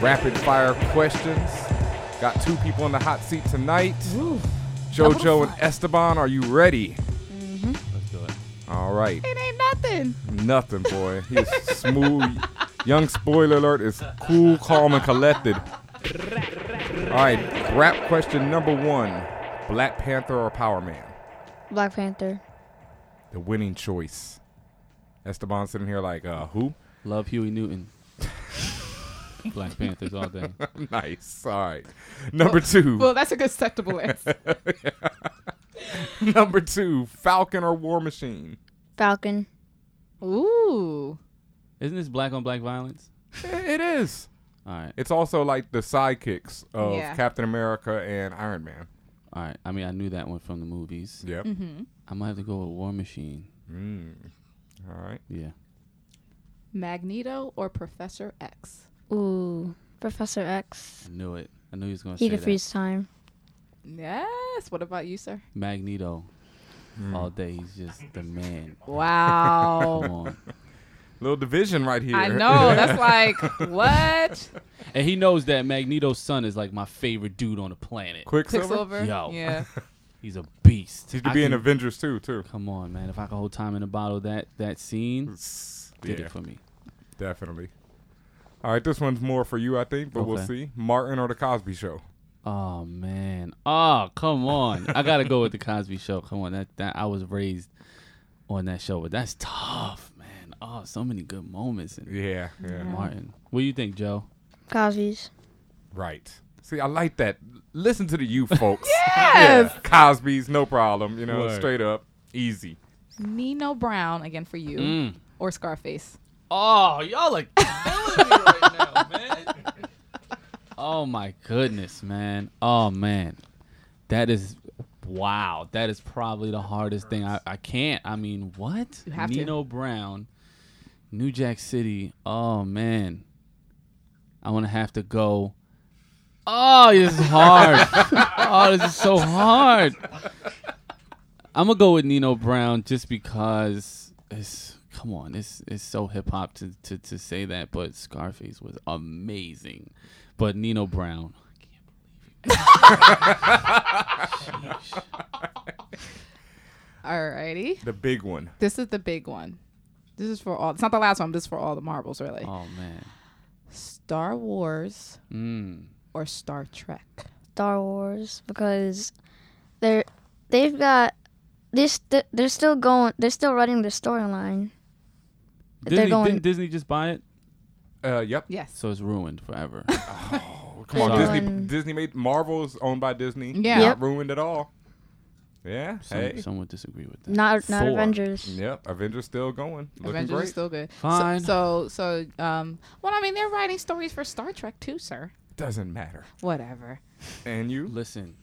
[SPEAKER 3] rapid fire questions. Got two people in the hot seat tonight. JoJo and Esteban, are you ready?
[SPEAKER 4] let's do it.
[SPEAKER 3] All right.
[SPEAKER 2] It ain't nothing.
[SPEAKER 3] Nothing, boy. He's smooth. Young spoiler alert is cool, calm, and collected. All right, rap question number one: Black Panther or Power Man?
[SPEAKER 5] Black Panther.
[SPEAKER 3] The winning choice. Esteban sitting here like, uh, who? (laughs)
[SPEAKER 4] Love Huey Newton. Black Panthers all day.
[SPEAKER 3] nice. All right. Number two.
[SPEAKER 4] (laughs)
[SPEAKER 2] Well, that's a good acceptable answer.
[SPEAKER 3] Number two. Falcon or War Machine?
[SPEAKER 5] Falcon.
[SPEAKER 2] Ooh.
[SPEAKER 4] Isn't this black on black violence?
[SPEAKER 3] Eh, It is.
[SPEAKER 4] All right.
[SPEAKER 3] It's also like the sidekicks of
[SPEAKER 2] Yeah.
[SPEAKER 3] Captain America and Iron Man.
[SPEAKER 4] All right. I mean, I knew that one from the movies.
[SPEAKER 3] Yep.
[SPEAKER 2] Mm-hmm.
[SPEAKER 4] I might have to go with War Machine.
[SPEAKER 3] Mm. All right.
[SPEAKER 4] Yeah.
[SPEAKER 2] Magneto or Professor X?
[SPEAKER 5] Ooh, Professor X.
[SPEAKER 4] I knew it. I knew he was going to
[SPEAKER 5] He
[SPEAKER 4] say
[SPEAKER 5] could
[SPEAKER 4] that.
[SPEAKER 5] freeze time.
[SPEAKER 2] Yes. What about you, sir?
[SPEAKER 4] Magneto all day. He's just the man. Come (laughs)
[SPEAKER 2] Wow.
[SPEAKER 4] on.
[SPEAKER 3] Little division right (laughs) here.
[SPEAKER 2] I know.
[SPEAKER 4] (laughs)
[SPEAKER 2] That's like what?
[SPEAKER 4] And he knows that Magneto's son is like my favorite dude on the planet.
[SPEAKER 3] Quicksilver.
[SPEAKER 2] Quicksilver.
[SPEAKER 4] Yo.
[SPEAKER 2] Yeah.
[SPEAKER 4] He's a beast.
[SPEAKER 3] He should
[SPEAKER 4] I
[SPEAKER 3] be in
[SPEAKER 4] can-
[SPEAKER 3] Avengers too, too.
[SPEAKER 4] Come on, man. If I could hold time in a bottle, that that scene did
[SPEAKER 3] Mm, Yeah,
[SPEAKER 4] it for me.
[SPEAKER 3] definitely. All right, this one's more for you, I think, but we'll
[SPEAKER 4] Okay.
[SPEAKER 3] see. Martin or the Cosby Show.
[SPEAKER 4] Oh man. Oh, come on. I gotta go with the Cosby show. Come on. That that I was raised on that show, but that's tough, man. Oh, so many good moments in
[SPEAKER 3] Yeah, yeah.
[SPEAKER 2] Mm-hmm.
[SPEAKER 4] Martin. What do you think, Joe?
[SPEAKER 5] Cosby's.
[SPEAKER 3] Right. See, I like that. Listen to
[SPEAKER 2] (laughs)
[SPEAKER 3] the you folks.
[SPEAKER 2] Yes.
[SPEAKER 3] Yeah. Cosby's, no problem. You know,
[SPEAKER 4] Word.
[SPEAKER 3] straight up, easy.
[SPEAKER 2] Nino Brown again for you
[SPEAKER 4] Mm.
[SPEAKER 2] or Scarface?
[SPEAKER 4] Oh, y'all are killing me right now, man. (laughs) Oh my goodness, man. Oh man. That is wow. That is probably the hardest thing. I, I can't. I mean, what?
[SPEAKER 2] You have to.
[SPEAKER 4] Nino Brown, New Jack City. Oh man. I wanna have to go. Oh, this is (laughs) hard. oh, this is so hard. I'm gonna go with Nino Brown just because it's come on, it's it's so hip hop to, to to say that, but Scarface was amazing. But Nino Brown, I can't believe it. Sheesh.
[SPEAKER 2] Alrighty.
[SPEAKER 3] The big one.
[SPEAKER 2] This is the big one. This is for all. It's not the last one. But this is for all the marbles, really.
[SPEAKER 4] Oh man,
[SPEAKER 2] Star Wars
[SPEAKER 4] mm.
[SPEAKER 2] or Star Trek?
[SPEAKER 5] Star Wars because they're they've got this th- they're still going they're still running the storyline. They're
[SPEAKER 4] Disney,
[SPEAKER 5] going-
[SPEAKER 4] didn't Disney just buy it,
[SPEAKER 3] Uh, yep.
[SPEAKER 2] Yes.
[SPEAKER 4] so it's ruined
[SPEAKER 5] (laughs)
[SPEAKER 4] forever.
[SPEAKER 3] Come on,
[SPEAKER 4] Sorry.
[SPEAKER 3] Disney. Disney made Marvel's owned by Disney.
[SPEAKER 2] Yeah.
[SPEAKER 3] Not
[SPEAKER 5] Yep.
[SPEAKER 3] ruined at all. Yeah.
[SPEAKER 4] Some,
[SPEAKER 3] hey.
[SPEAKER 4] some would disagree with that.
[SPEAKER 5] Not not
[SPEAKER 4] Thor.
[SPEAKER 5] Avengers.
[SPEAKER 3] Yep. Avengers still going. Looking
[SPEAKER 2] Avengers
[SPEAKER 3] great.
[SPEAKER 2] is still good. So-
[SPEAKER 4] Fine.
[SPEAKER 2] So, so, um, well, I mean, they're writing stories for Star Trek too, sir.
[SPEAKER 3] Doesn't matter.
[SPEAKER 2] Whatever.
[SPEAKER 3] And you?
[SPEAKER 4] Listen,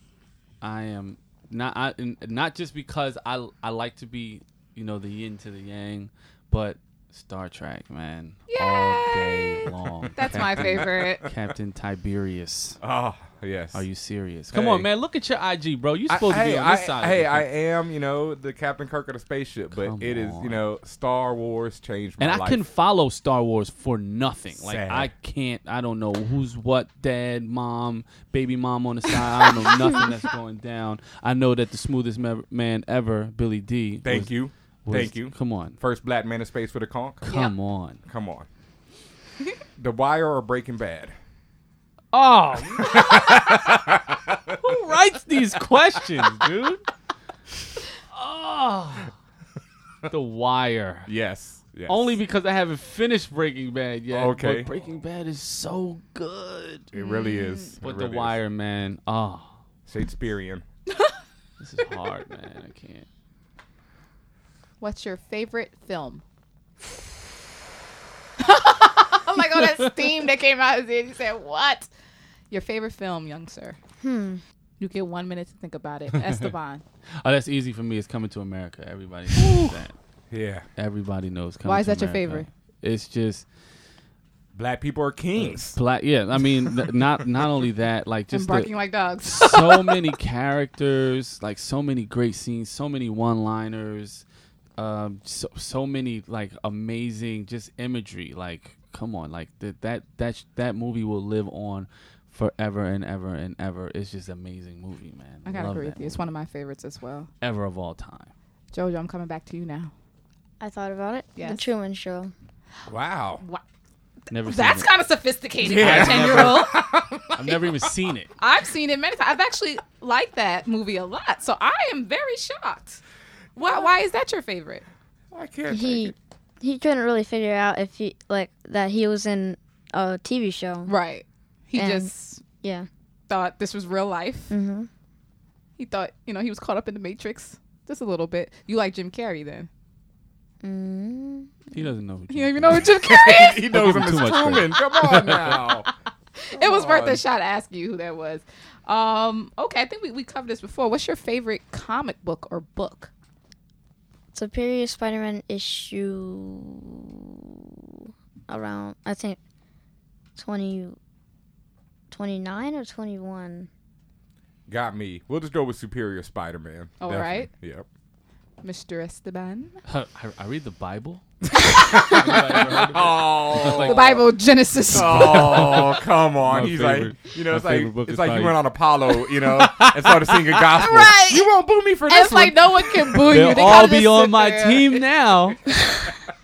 [SPEAKER 4] I am not I, n- not just because I I like to be you know the yin to the yang, but Star Trek man all day long.
[SPEAKER 2] That's
[SPEAKER 4] (laughs)
[SPEAKER 2] my favorite.
[SPEAKER 4] Captain Tiberius.
[SPEAKER 3] Oh, yes.
[SPEAKER 4] Are you serious? Come
[SPEAKER 3] Hey.
[SPEAKER 4] on, man. Look at your IG, bro. You
[SPEAKER 3] I-
[SPEAKER 4] supposed to
[SPEAKER 3] hey,
[SPEAKER 4] be on this
[SPEAKER 3] I,
[SPEAKER 4] side. of
[SPEAKER 3] Hey,
[SPEAKER 4] the
[SPEAKER 3] I
[SPEAKER 4] thing.
[SPEAKER 3] am, you know, the Captain Kirk of the spaceship, but
[SPEAKER 4] Come
[SPEAKER 3] it is, you
[SPEAKER 4] on.
[SPEAKER 3] know, Star Wars changed my
[SPEAKER 4] and I
[SPEAKER 3] life.
[SPEAKER 4] couldn't follow Star Wars for nothing. Like
[SPEAKER 3] Sad.
[SPEAKER 4] I can't. I don't know who's what. Dad, mom, baby mom on the side. I
[SPEAKER 3] (laughs)
[SPEAKER 4] don't know nothing that's going down. I know that the smoothest me- man ever, Billy D.
[SPEAKER 3] Thank
[SPEAKER 4] was-
[SPEAKER 3] you.
[SPEAKER 4] was-
[SPEAKER 3] Thank you.
[SPEAKER 4] Come on.
[SPEAKER 3] First black man in space with a conch.
[SPEAKER 4] Come on.
[SPEAKER 3] Come
[SPEAKER 4] (laughs)
[SPEAKER 3] on. the Wire or Breaking Bad?
[SPEAKER 4] Oh, (laughs) who writes these questions,
[SPEAKER 3] (laughs)
[SPEAKER 4] dude? Oh, The Wire.
[SPEAKER 3] Yes. yes.
[SPEAKER 4] Only because I haven't finished Breaking Bad yet.
[SPEAKER 3] Okay.
[SPEAKER 4] But Breaking Bad is so good.
[SPEAKER 3] it really is. It
[SPEAKER 4] But
[SPEAKER 3] really
[SPEAKER 4] Mm, The
[SPEAKER 3] is.
[SPEAKER 4] Wire, man. Oh,
[SPEAKER 3] Shakespearean.
[SPEAKER 4] this is (laughs) hard, man. I can't.
[SPEAKER 2] What's your favorite (laughs) film? I'm like, oh, that steam that came out of it. You said, what? Your favorite film, young sir?
[SPEAKER 5] Hmm.
[SPEAKER 2] You get one minute to think about
[SPEAKER 4] (laughs)
[SPEAKER 2] it. Esteban.
[SPEAKER 4] Oh, that's easy for me. It's Coming to America. Everybody knows that.
[SPEAKER 3] Yeah.
[SPEAKER 4] Everybody knows. Coming
[SPEAKER 2] Why is
[SPEAKER 4] to
[SPEAKER 2] that your
[SPEAKER 4] America.
[SPEAKER 2] favorite?
[SPEAKER 4] It's just
[SPEAKER 3] Black people are kings.
[SPEAKER 4] black. Yeah, I mean, n- not not only that, like just
[SPEAKER 2] and
[SPEAKER 4] the-
[SPEAKER 2] barking like dogs.
[SPEAKER 4] so many characters, like so many great scenes, so many one-liners, um, so so many like amazing just imagery. Like, come on, like that that that sh- that movie will live on forever and ever and ever. It's just amazing movie, man.
[SPEAKER 2] I gotta
[SPEAKER 4] Love
[SPEAKER 2] agree
[SPEAKER 4] that
[SPEAKER 2] with you. It's
[SPEAKER 4] movie.
[SPEAKER 2] one of my favorites as well.
[SPEAKER 4] ever of all time.
[SPEAKER 2] Jojo, I'm coming back to you now.
[SPEAKER 5] I thought about it. The
[SPEAKER 2] Yes.
[SPEAKER 5] Truman Show.
[SPEAKER 3] Wow.
[SPEAKER 2] (laughs)
[SPEAKER 4] Never
[SPEAKER 2] (laughs) That's
[SPEAKER 4] seen
[SPEAKER 2] kind of sophisticated by a 10 year
[SPEAKER 3] (laughs)
[SPEAKER 2] old.
[SPEAKER 4] it. I've never even seen it.
[SPEAKER 2] I've seen it many times. I've actually liked that movie a lot. So I am very shocked. Why, why is that your favorite?
[SPEAKER 3] I can't.
[SPEAKER 5] He he couldn't really figure out if he like that he was in a TV show.
[SPEAKER 2] Right. He
[SPEAKER 5] And-
[SPEAKER 2] just
[SPEAKER 5] Yeah.
[SPEAKER 2] thought this was real life.
[SPEAKER 5] Mhm.
[SPEAKER 2] He thought, you know, he was caught up in the Matrix just a little bit. You like Jim Carrey then?
[SPEAKER 5] Mm.
[SPEAKER 4] He doesn't know. Who
[SPEAKER 3] Mm-hmm. (laughs)
[SPEAKER 2] You don't even know who Jim Carrey is.
[SPEAKER 3] he knows
[SPEAKER 4] Give
[SPEAKER 3] him
[SPEAKER 4] him
[SPEAKER 3] as
[SPEAKER 4] too much
[SPEAKER 3] Truman. Come on now.
[SPEAKER 2] it was worth a shot to ask you who that was. Um, okay, I think we, we covered this before. What's your favorite comic book or book?
[SPEAKER 5] Superior Spider-Man issue around I think 20, 29 or twenty one.
[SPEAKER 3] Got me. We'll just go with Superior Spider Man.
[SPEAKER 2] All
[SPEAKER 3] All
[SPEAKER 2] right.
[SPEAKER 3] right. Yep.
[SPEAKER 2] Mr. Esteban.
[SPEAKER 4] I, I read
[SPEAKER 2] (laughs)
[SPEAKER 4] the Bible.
[SPEAKER 3] Oh,
[SPEAKER 2] The Bible, Genesis.
[SPEAKER 3] (laughs)
[SPEAKER 4] (laughs)
[SPEAKER 3] oh, come on.
[SPEAKER 4] Oh. My
[SPEAKER 3] He's
[SPEAKER 4] favorite-
[SPEAKER 3] like, you know,
[SPEAKER 4] my
[SPEAKER 3] it's like
[SPEAKER 4] favorite book
[SPEAKER 3] it's
[SPEAKER 4] is
[SPEAKER 3] like you
[SPEAKER 4] probably-
[SPEAKER 3] went on Apollo, you know, and started singing gospel.
[SPEAKER 4] (laughs)
[SPEAKER 2] Right.
[SPEAKER 3] You won't boo me for
[SPEAKER 2] And
[SPEAKER 3] this
[SPEAKER 2] it's like no one can boo you.
[SPEAKER 4] They'll
[SPEAKER 2] They
[SPEAKER 4] all
[SPEAKER 2] gotta
[SPEAKER 4] be
[SPEAKER 2] just
[SPEAKER 4] on
[SPEAKER 2] sit
[SPEAKER 4] my
[SPEAKER 2] there.
[SPEAKER 4] team
[SPEAKER 2] (laughs)
[SPEAKER 4] now.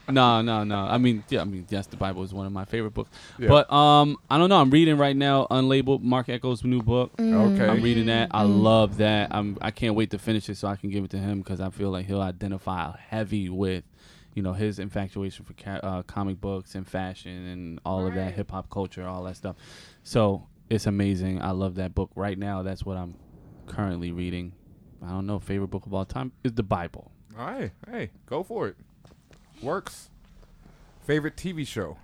[SPEAKER 4] no, no, no. I mean, yeah, I mean, yes, the Bible is one of my favorite books.
[SPEAKER 3] Yeah.
[SPEAKER 4] But um, I don't know. I'm reading right now, unlabeled Mark Echo's new book.
[SPEAKER 3] one. Okay.
[SPEAKER 4] I'm reading that. I love that. I'm. I can't wait to finish it so I can give it to him because I feel like he'll identify heavy with, you know, his infatuation for ca- uh, comic books and fashion and all of that hip hop culture, all that stuff. So it's amazing. I love that book. Right now, that's what I'm currently reading. I don't know. Favorite book of all time is the Bible.
[SPEAKER 3] All right. Hey, go for it. Works. Favorite TV show.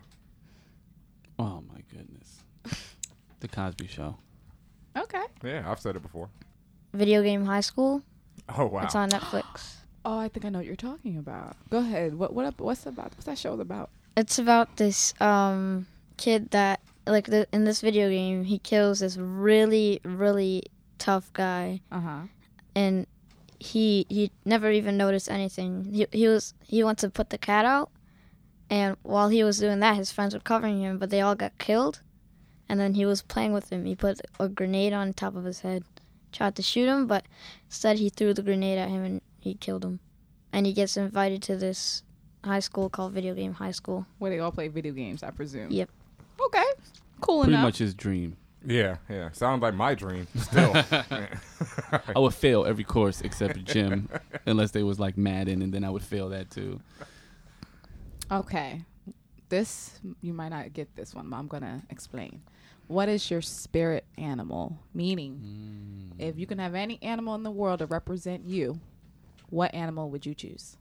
[SPEAKER 4] Oh my goodness, (laughs) The Cosby Show.
[SPEAKER 2] Okay.
[SPEAKER 3] Yeah, I've said it before.
[SPEAKER 5] Video game high school.
[SPEAKER 3] Oh wow.
[SPEAKER 5] It's on Netflix.
[SPEAKER 2] Oh, I think I know what you're talking about. Go ahead. What what up, what's about what's that show about?
[SPEAKER 5] It's about this um kid that like the, in this video game he kills this really really tough guy
[SPEAKER 2] Uh-huh.
[SPEAKER 5] and he he never even noticed anything. He he was he went to put the cat out, and while he was doing that, his friends were covering him, but they all got killed. And then he was playing with him. He put a grenade on top of his head, tried to shoot him, but instead he threw the grenade at him and he killed him. And he gets invited to this high school called Video Game High School.
[SPEAKER 2] Where they all play video games, I presume.
[SPEAKER 5] Yep.
[SPEAKER 2] Okay. Cool
[SPEAKER 4] Pretty
[SPEAKER 2] enough.
[SPEAKER 4] much his dream.
[SPEAKER 3] Yeah, yeah. Sounds like my
[SPEAKER 4] (laughs)
[SPEAKER 3] dream still.
[SPEAKER 4] I would fail every course except gym, unless they was like Madden, and then I would fail that too.
[SPEAKER 2] Okay. This you might not get this one, but I'm gonna explain. What is your spirit animal? Meaning,
[SPEAKER 4] Mm.
[SPEAKER 2] if you can have any animal in the world to represent you, what animal would you choose?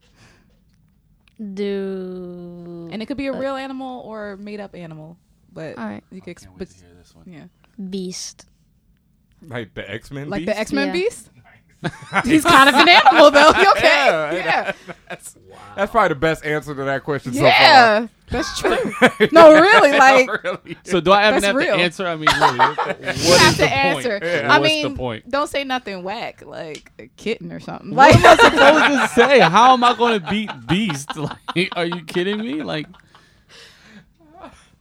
[SPEAKER 5] Do
[SPEAKER 2] And it could be a real animal or made up animal, but
[SPEAKER 5] all right,
[SPEAKER 2] you could. Exp- Yeah,
[SPEAKER 5] Beast.
[SPEAKER 3] like the X Men.
[SPEAKER 2] like the X Men
[SPEAKER 5] Yeah.
[SPEAKER 2] Beast. He's kind of an animal, though. You okay?
[SPEAKER 3] Yeah,
[SPEAKER 2] Yeah,
[SPEAKER 3] That's probably the best answer to that question
[SPEAKER 2] yeah.
[SPEAKER 4] (laughs)
[SPEAKER 2] That's true. no, really, like.
[SPEAKER 3] so far. Really.
[SPEAKER 4] So do I even
[SPEAKER 2] That's
[SPEAKER 4] have
[SPEAKER 2] real.
[SPEAKER 4] to answer? I mean, really,
[SPEAKER 2] (laughs)
[SPEAKER 4] what
[SPEAKER 2] You
[SPEAKER 4] what
[SPEAKER 2] have
[SPEAKER 4] is
[SPEAKER 2] to
[SPEAKER 4] the
[SPEAKER 2] answer.
[SPEAKER 4] point? Yeah.
[SPEAKER 2] I
[SPEAKER 4] What's
[SPEAKER 2] mean,
[SPEAKER 4] the point?
[SPEAKER 2] don't say nothing whack, like a kitten or something. Like, (laughs)
[SPEAKER 4] I was just say, how am I going to beat Beast? (laughs) Like, are you kidding me? Like,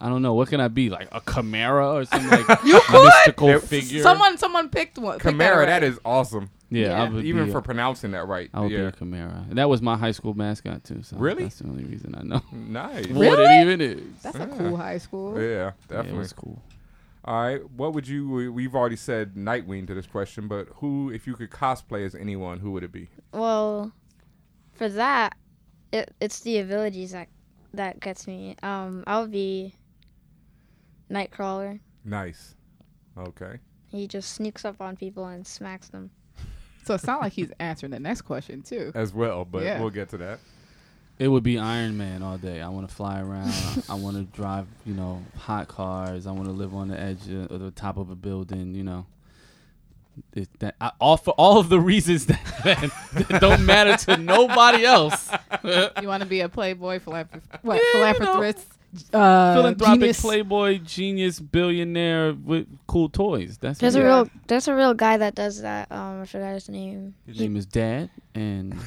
[SPEAKER 4] I don't know. What can I be? Like a chimera or some like
[SPEAKER 2] (laughs) you could.
[SPEAKER 4] mystical
[SPEAKER 3] There-
[SPEAKER 4] figure?
[SPEAKER 2] Someone, someone picked one. picked
[SPEAKER 3] Chimera,
[SPEAKER 2] right.
[SPEAKER 3] that is awesome.
[SPEAKER 4] yeah, I
[SPEAKER 2] Yeah.
[SPEAKER 4] would
[SPEAKER 3] Even
[SPEAKER 4] be uh,
[SPEAKER 3] for
[SPEAKER 4] a,
[SPEAKER 3] pronouncing that right.
[SPEAKER 4] I would be
[SPEAKER 3] yeah.
[SPEAKER 4] a chimera. And that was my high school mascot too. So
[SPEAKER 3] Really?
[SPEAKER 4] that's the only reason I know (laughs)
[SPEAKER 3] nice.
[SPEAKER 4] what
[SPEAKER 2] Really?
[SPEAKER 4] it even is.
[SPEAKER 2] That's a cool high school.
[SPEAKER 3] Yeah,
[SPEAKER 4] yeah, it
[SPEAKER 3] definitely.
[SPEAKER 4] was cool.
[SPEAKER 3] All right. What would you? we- We've already said Nightwing to this question, but who, if you could cosplay as anyone, who would it be?
[SPEAKER 5] Well, for that, it, it's the abilities that that gets me. Um, I would be Nightcrawler.
[SPEAKER 3] Nice. Okay.
[SPEAKER 5] He just sneaks up on people and smacks them.
[SPEAKER 2] So it sounds like he's answering the next question
[SPEAKER 4] (laughs)
[SPEAKER 2] too.
[SPEAKER 3] As well, but
[SPEAKER 2] Yeah.
[SPEAKER 3] we'll get to that.
[SPEAKER 4] It would be Iron Man all day. I want to fly around. I (laughs) want to drive, you know, hot cars. I want to live on the edge of, or the top of a building. You know, it, that I, all for all of the reasons (laughs) that, that, that don't matter (laughs) to nobody else.
[SPEAKER 2] You want to be a playboy philanthrop- what,
[SPEAKER 4] Yeah, you know.
[SPEAKER 2] philanthropist, uh,
[SPEAKER 4] Philanthropic
[SPEAKER 2] genius?
[SPEAKER 4] playboy, genius, billionaire with cool toys. That's
[SPEAKER 5] There's
[SPEAKER 4] his
[SPEAKER 5] a real there's a real guy that does that. Um, I forgot his name.
[SPEAKER 4] name is Dad, and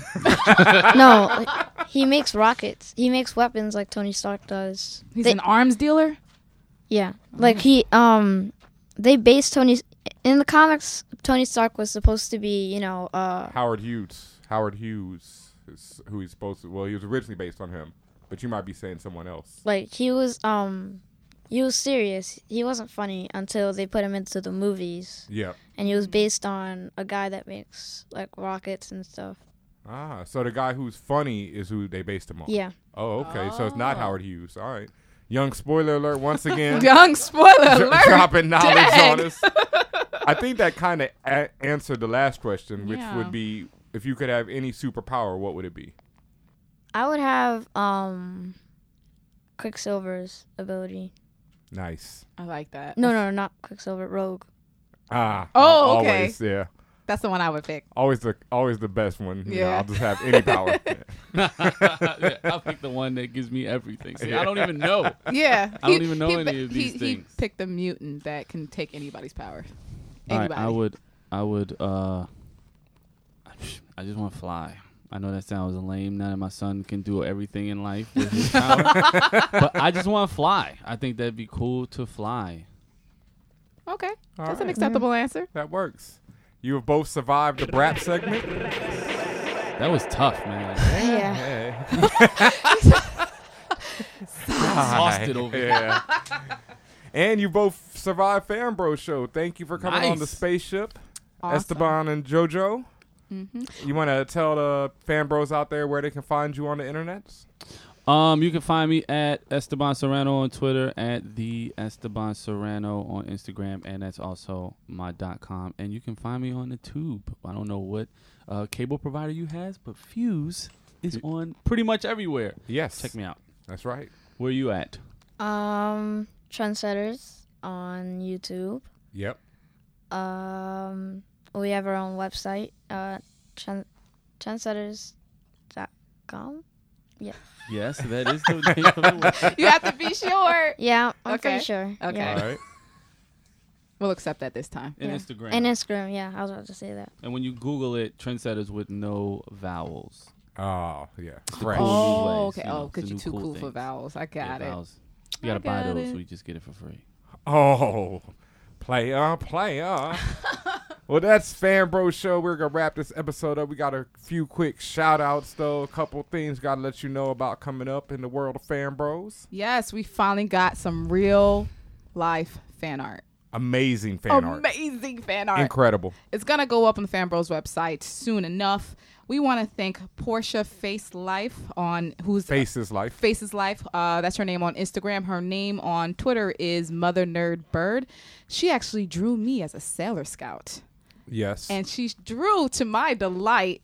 [SPEAKER 5] no, he makes rockets. He makes weapons like Tony Stark does.
[SPEAKER 2] He's
[SPEAKER 5] They-
[SPEAKER 2] an arms dealer.
[SPEAKER 5] Yeah, like he um, they based Tony in the comics. Tony Stark was supposed to be you know uh
[SPEAKER 3] Howard Hughes. Howard Hughes is who he's supposed to. Well, he was originally based on him, but you might be saying someone else.
[SPEAKER 5] like he was um he was serious he wasn't funny until they put him into the movies
[SPEAKER 3] Yep.
[SPEAKER 5] and he was
[SPEAKER 2] Mm-hmm.
[SPEAKER 5] based on a guy that makes like rockets and stuff
[SPEAKER 3] Ah, so the guy who's funny is who they based him on.
[SPEAKER 5] yeah
[SPEAKER 3] Oh, okay. So it's not Howard Hughes. All right. Young spoiler alert once again.
[SPEAKER 2] (laughs) Young spoiler
[SPEAKER 3] dro-
[SPEAKER 2] alert.
[SPEAKER 3] dropping knowledge
[SPEAKER 2] Dang.
[SPEAKER 3] on us. I think that kind of a- answered the last question, which
[SPEAKER 2] Yeah.
[SPEAKER 3] would be if you could have any superpower, what would it be?
[SPEAKER 5] i would have um quicksilver's ability
[SPEAKER 3] Nice.
[SPEAKER 2] I like that.
[SPEAKER 5] No, no, not Quicksilver. Rogue.
[SPEAKER 3] Ah.
[SPEAKER 2] Oh,
[SPEAKER 3] al-
[SPEAKER 2] okay.
[SPEAKER 3] Always, yeah.
[SPEAKER 2] That's the one I would
[SPEAKER 4] (laughs)
[SPEAKER 2] pick.
[SPEAKER 3] Always the always the best one. Yeah.
[SPEAKER 2] Yeah.
[SPEAKER 3] I'll just have
[SPEAKER 2] (laughs)
[SPEAKER 3] any power.
[SPEAKER 4] (laughs) yeah, I'll pick the one that gives me everything. See, I don't even (laughs) know.
[SPEAKER 2] Yeah.
[SPEAKER 4] I don't even know any
[SPEAKER 2] pi-
[SPEAKER 4] of these
[SPEAKER 2] he,
[SPEAKER 4] things.
[SPEAKER 2] He picked a mutant that can take anybody's power.
[SPEAKER 4] All right,
[SPEAKER 2] Anybody.
[SPEAKER 4] I would, I would, uh, I just want to fly. I know that sounds lame. Now that my son can do everything in life with his power, but I just want to fly. I think that'd be cool to fly.
[SPEAKER 2] Okay.
[SPEAKER 3] All
[SPEAKER 2] That's an
[SPEAKER 3] right.
[SPEAKER 2] acceptable answer.
[SPEAKER 3] that works. You have both survived the brap segment.
[SPEAKER 2] (laughs)
[SPEAKER 4] That was tough, man.
[SPEAKER 5] Yeah.
[SPEAKER 2] (laughs)
[SPEAKER 3] Hey.
[SPEAKER 4] Exhausted over here.
[SPEAKER 3] yeah. (laughs) And you both survived Fan Bro Show. Thank you for coming on the
[SPEAKER 4] Nice.
[SPEAKER 3] spaceship,
[SPEAKER 2] Awesome.
[SPEAKER 3] Esteban and JoJo.
[SPEAKER 2] Mhm.
[SPEAKER 3] You want to tell the fan bros out there where they can find you on the internet?
[SPEAKER 4] Um, you can find me at Esteban Serrano on Twitter, at the Esteban Serrano on Instagram, and that's also my dot com. And you can find me on the tube. I don't know what uh, cable provider you has, but Fuse is on pretty much everywhere.
[SPEAKER 3] Yes.
[SPEAKER 4] Check me out.
[SPEAKER 3] That's right.
[SPEAKER 4] Where you at?
[SPEAKER 5] Um, Trendsetters on YouTube.
[SPEAKER 3] Yep.
[SPEAKER 5] Um, we have our own website, uh, trend, trendsetters.com.
[SPEAKER 4] Yes, that is the name of (laughs) the website.
[SPEAKER 2] You have to be sure.
[SPEAKER 5] Yeah, I'm
[SPEAKER 2] Okay.
[SPEAKER 5] pretty sure.
[SPEAKER 2] Okay.
[SPEAKER 5] Yeah.
[SPEAKER 3] All right.
[SPEAKER 2] We'll accept that this time.
[SPEAKER 4] and
[SPEAKER 5] Yeah.
[SPEAKER 4] Instagram.
[SPEAKER 5] And
[SPEAKER 4] And,
[SPEAKER 5] Instagram, yeah, I was about to say that.
[SPEAKER 4] when you Google it, trendsetters with no vowels.
[SPEAKER 3] Oh, yeah. Fresh.
[SPEAKER 4] Cool. new
[SPEAKER 2] Oh,
[SPEAKER 4] ways,
[SPEAKER 2] okay.
[SPEAKER 4] you know,
[SPEAKER 2] oh,
[SPEAKER 4] it's
[SPEAKER 2] because
[SPEAKER 4] a
[SPEAKER 2] you're
[SPEAKER 4] new
[SPEAKER 2] too
[SPEAKER 4] cool
[SPEAKER 2] cool for
[SPEAKER 4] thing.
[SPEAKER 2] vowels. I
[SPEAKER 4] Yeah,
[SPEAKER 2] got it.
[SPEAKER 4] vowels. You
[SPEAKER 2] I
[SPEAKER 4] gotta buy
[SPEAKER 2] got
[SPEAKER 4] those.
[SPEAKER 2] it.
[SPEAKER 4] We just get it for free.
[SPEAKER 3] Oh, player,
[SPEAKER 2] (laughs)
[SPEAKER 3] player. well, that's Fan Bro Show. We're going to wrap this episode up. We got a few quick shout outs, though. A couple things got to let you know about coming up in the world of Fan Bros.
[SPEAKER 2] Yes, we finally got some real life fan art.
[SPEAKER 3] Amazing fan art.
[SPEAKER 2] Amazing fan art. (laughs)
[SPEAKER 3] Incredible.
[SPEAKER 2] It's gonna go up on the Fambros website soon enough. We want to thank Portia Face Life on who's uh,
[SPEAKER 3] Faces Life.
[SPEAKER 2] Faces Life. Uh, that's her name on Instagram. Her name on Twitter is Mother Nerd Bird. She actually drew me as a Sailor Scout,
[SPEAKER 3] Yes.
[SPEAKER 2] and she drew to my delight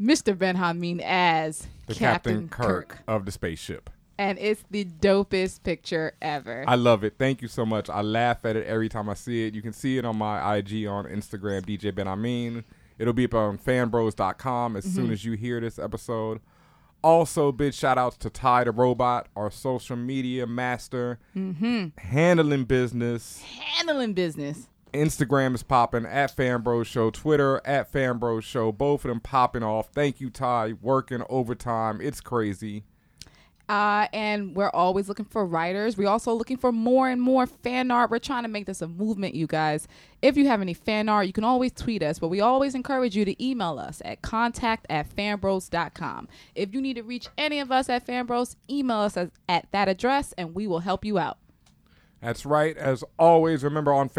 [SPEAKER 2] Mr. Benjamin as
[SPEAKER 3] the
[SPEAKER 2] Captain, Kirk.
[SPEAKER 3] of the spaceship.
[SPEAKER 2] and it's the dopest picture ever.
[SPEAKER 3] I love it. Thank you so much. I laugh at it every time I see it. You can see it on my IG on Instagram, DJ Ben Amin. It'll be up on fanbros.com as
[SPEAKER 2] Mm-hmm.
[SPEAKER 3] soon as you hear this episode. Also, big shout outs to Ty the Robot, our social media master,
[SPEAKER 2] Mm-hmm.
[SPEAKER 3] handling business.
[SPEAKER 2] Handling business.
[SPEAKER 3] Instagram is popping at Fanbro Show, Twitter at Fanbro Show, both of them popping off. Thank you, Ty. Working overtime. It's crazy.
[SPEAKER 2] Uh, and we're always looking for writers. We're also looking for more and more fan art. We're trying to make this a movement, you guys. If you have any fan art, you can always tweet us, but we always encourage you to email us at contact at fanbros.com. If you need to reach any of us at fanbros, email us at, at that address and we will help you out.
[SPEAKER 3] That's right. As always, remember on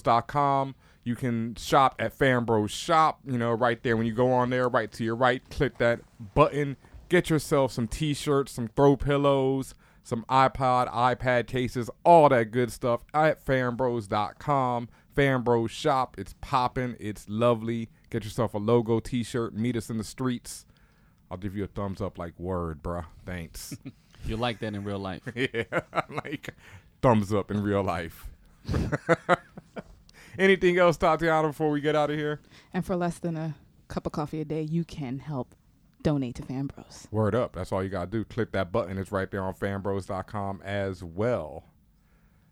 [SPEAKER 3] fanbros.com, you can shop at fanbros shop. You know, right there when you go on there, right to your right, click that button, get yourself some t shirts, some throw pillows, some iPod, iPad cases, all that good stuff at fanbros.com. Fanbros shop. It's popping, it's lovely. Get yourself a logo t shirt, meet us in the streets. I'll give you a thumbs up like word, bruh. Thanks.
[SPEAKER 4] You're like that in real life.
[SPEAKER 3] (laughs) Yeah, like thumbs up in real life. (laughs) Anything else, Tatiana, before we get out of here?
[SPEAKER 2] And for less than a cup of coffee a day, you can help donate to Fanbros.
[SPEAKER 3] Word up. That's all you got to do. Click that button. It's right there on fanbros.com as well.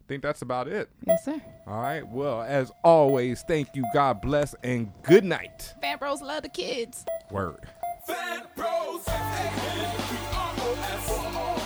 [SPEAKER 3] I think that's about it.
[SPEAKER 2] Yes, sir.
[SPEAKER 3] All right. Well, as always, thank you. God bless and good night.
[SPEAKER 2] Fanbros love the kids.
[SPEAKER 3] Word.
[SPEAKER 9] Fan Bros. F-A-N-B-R-O-S.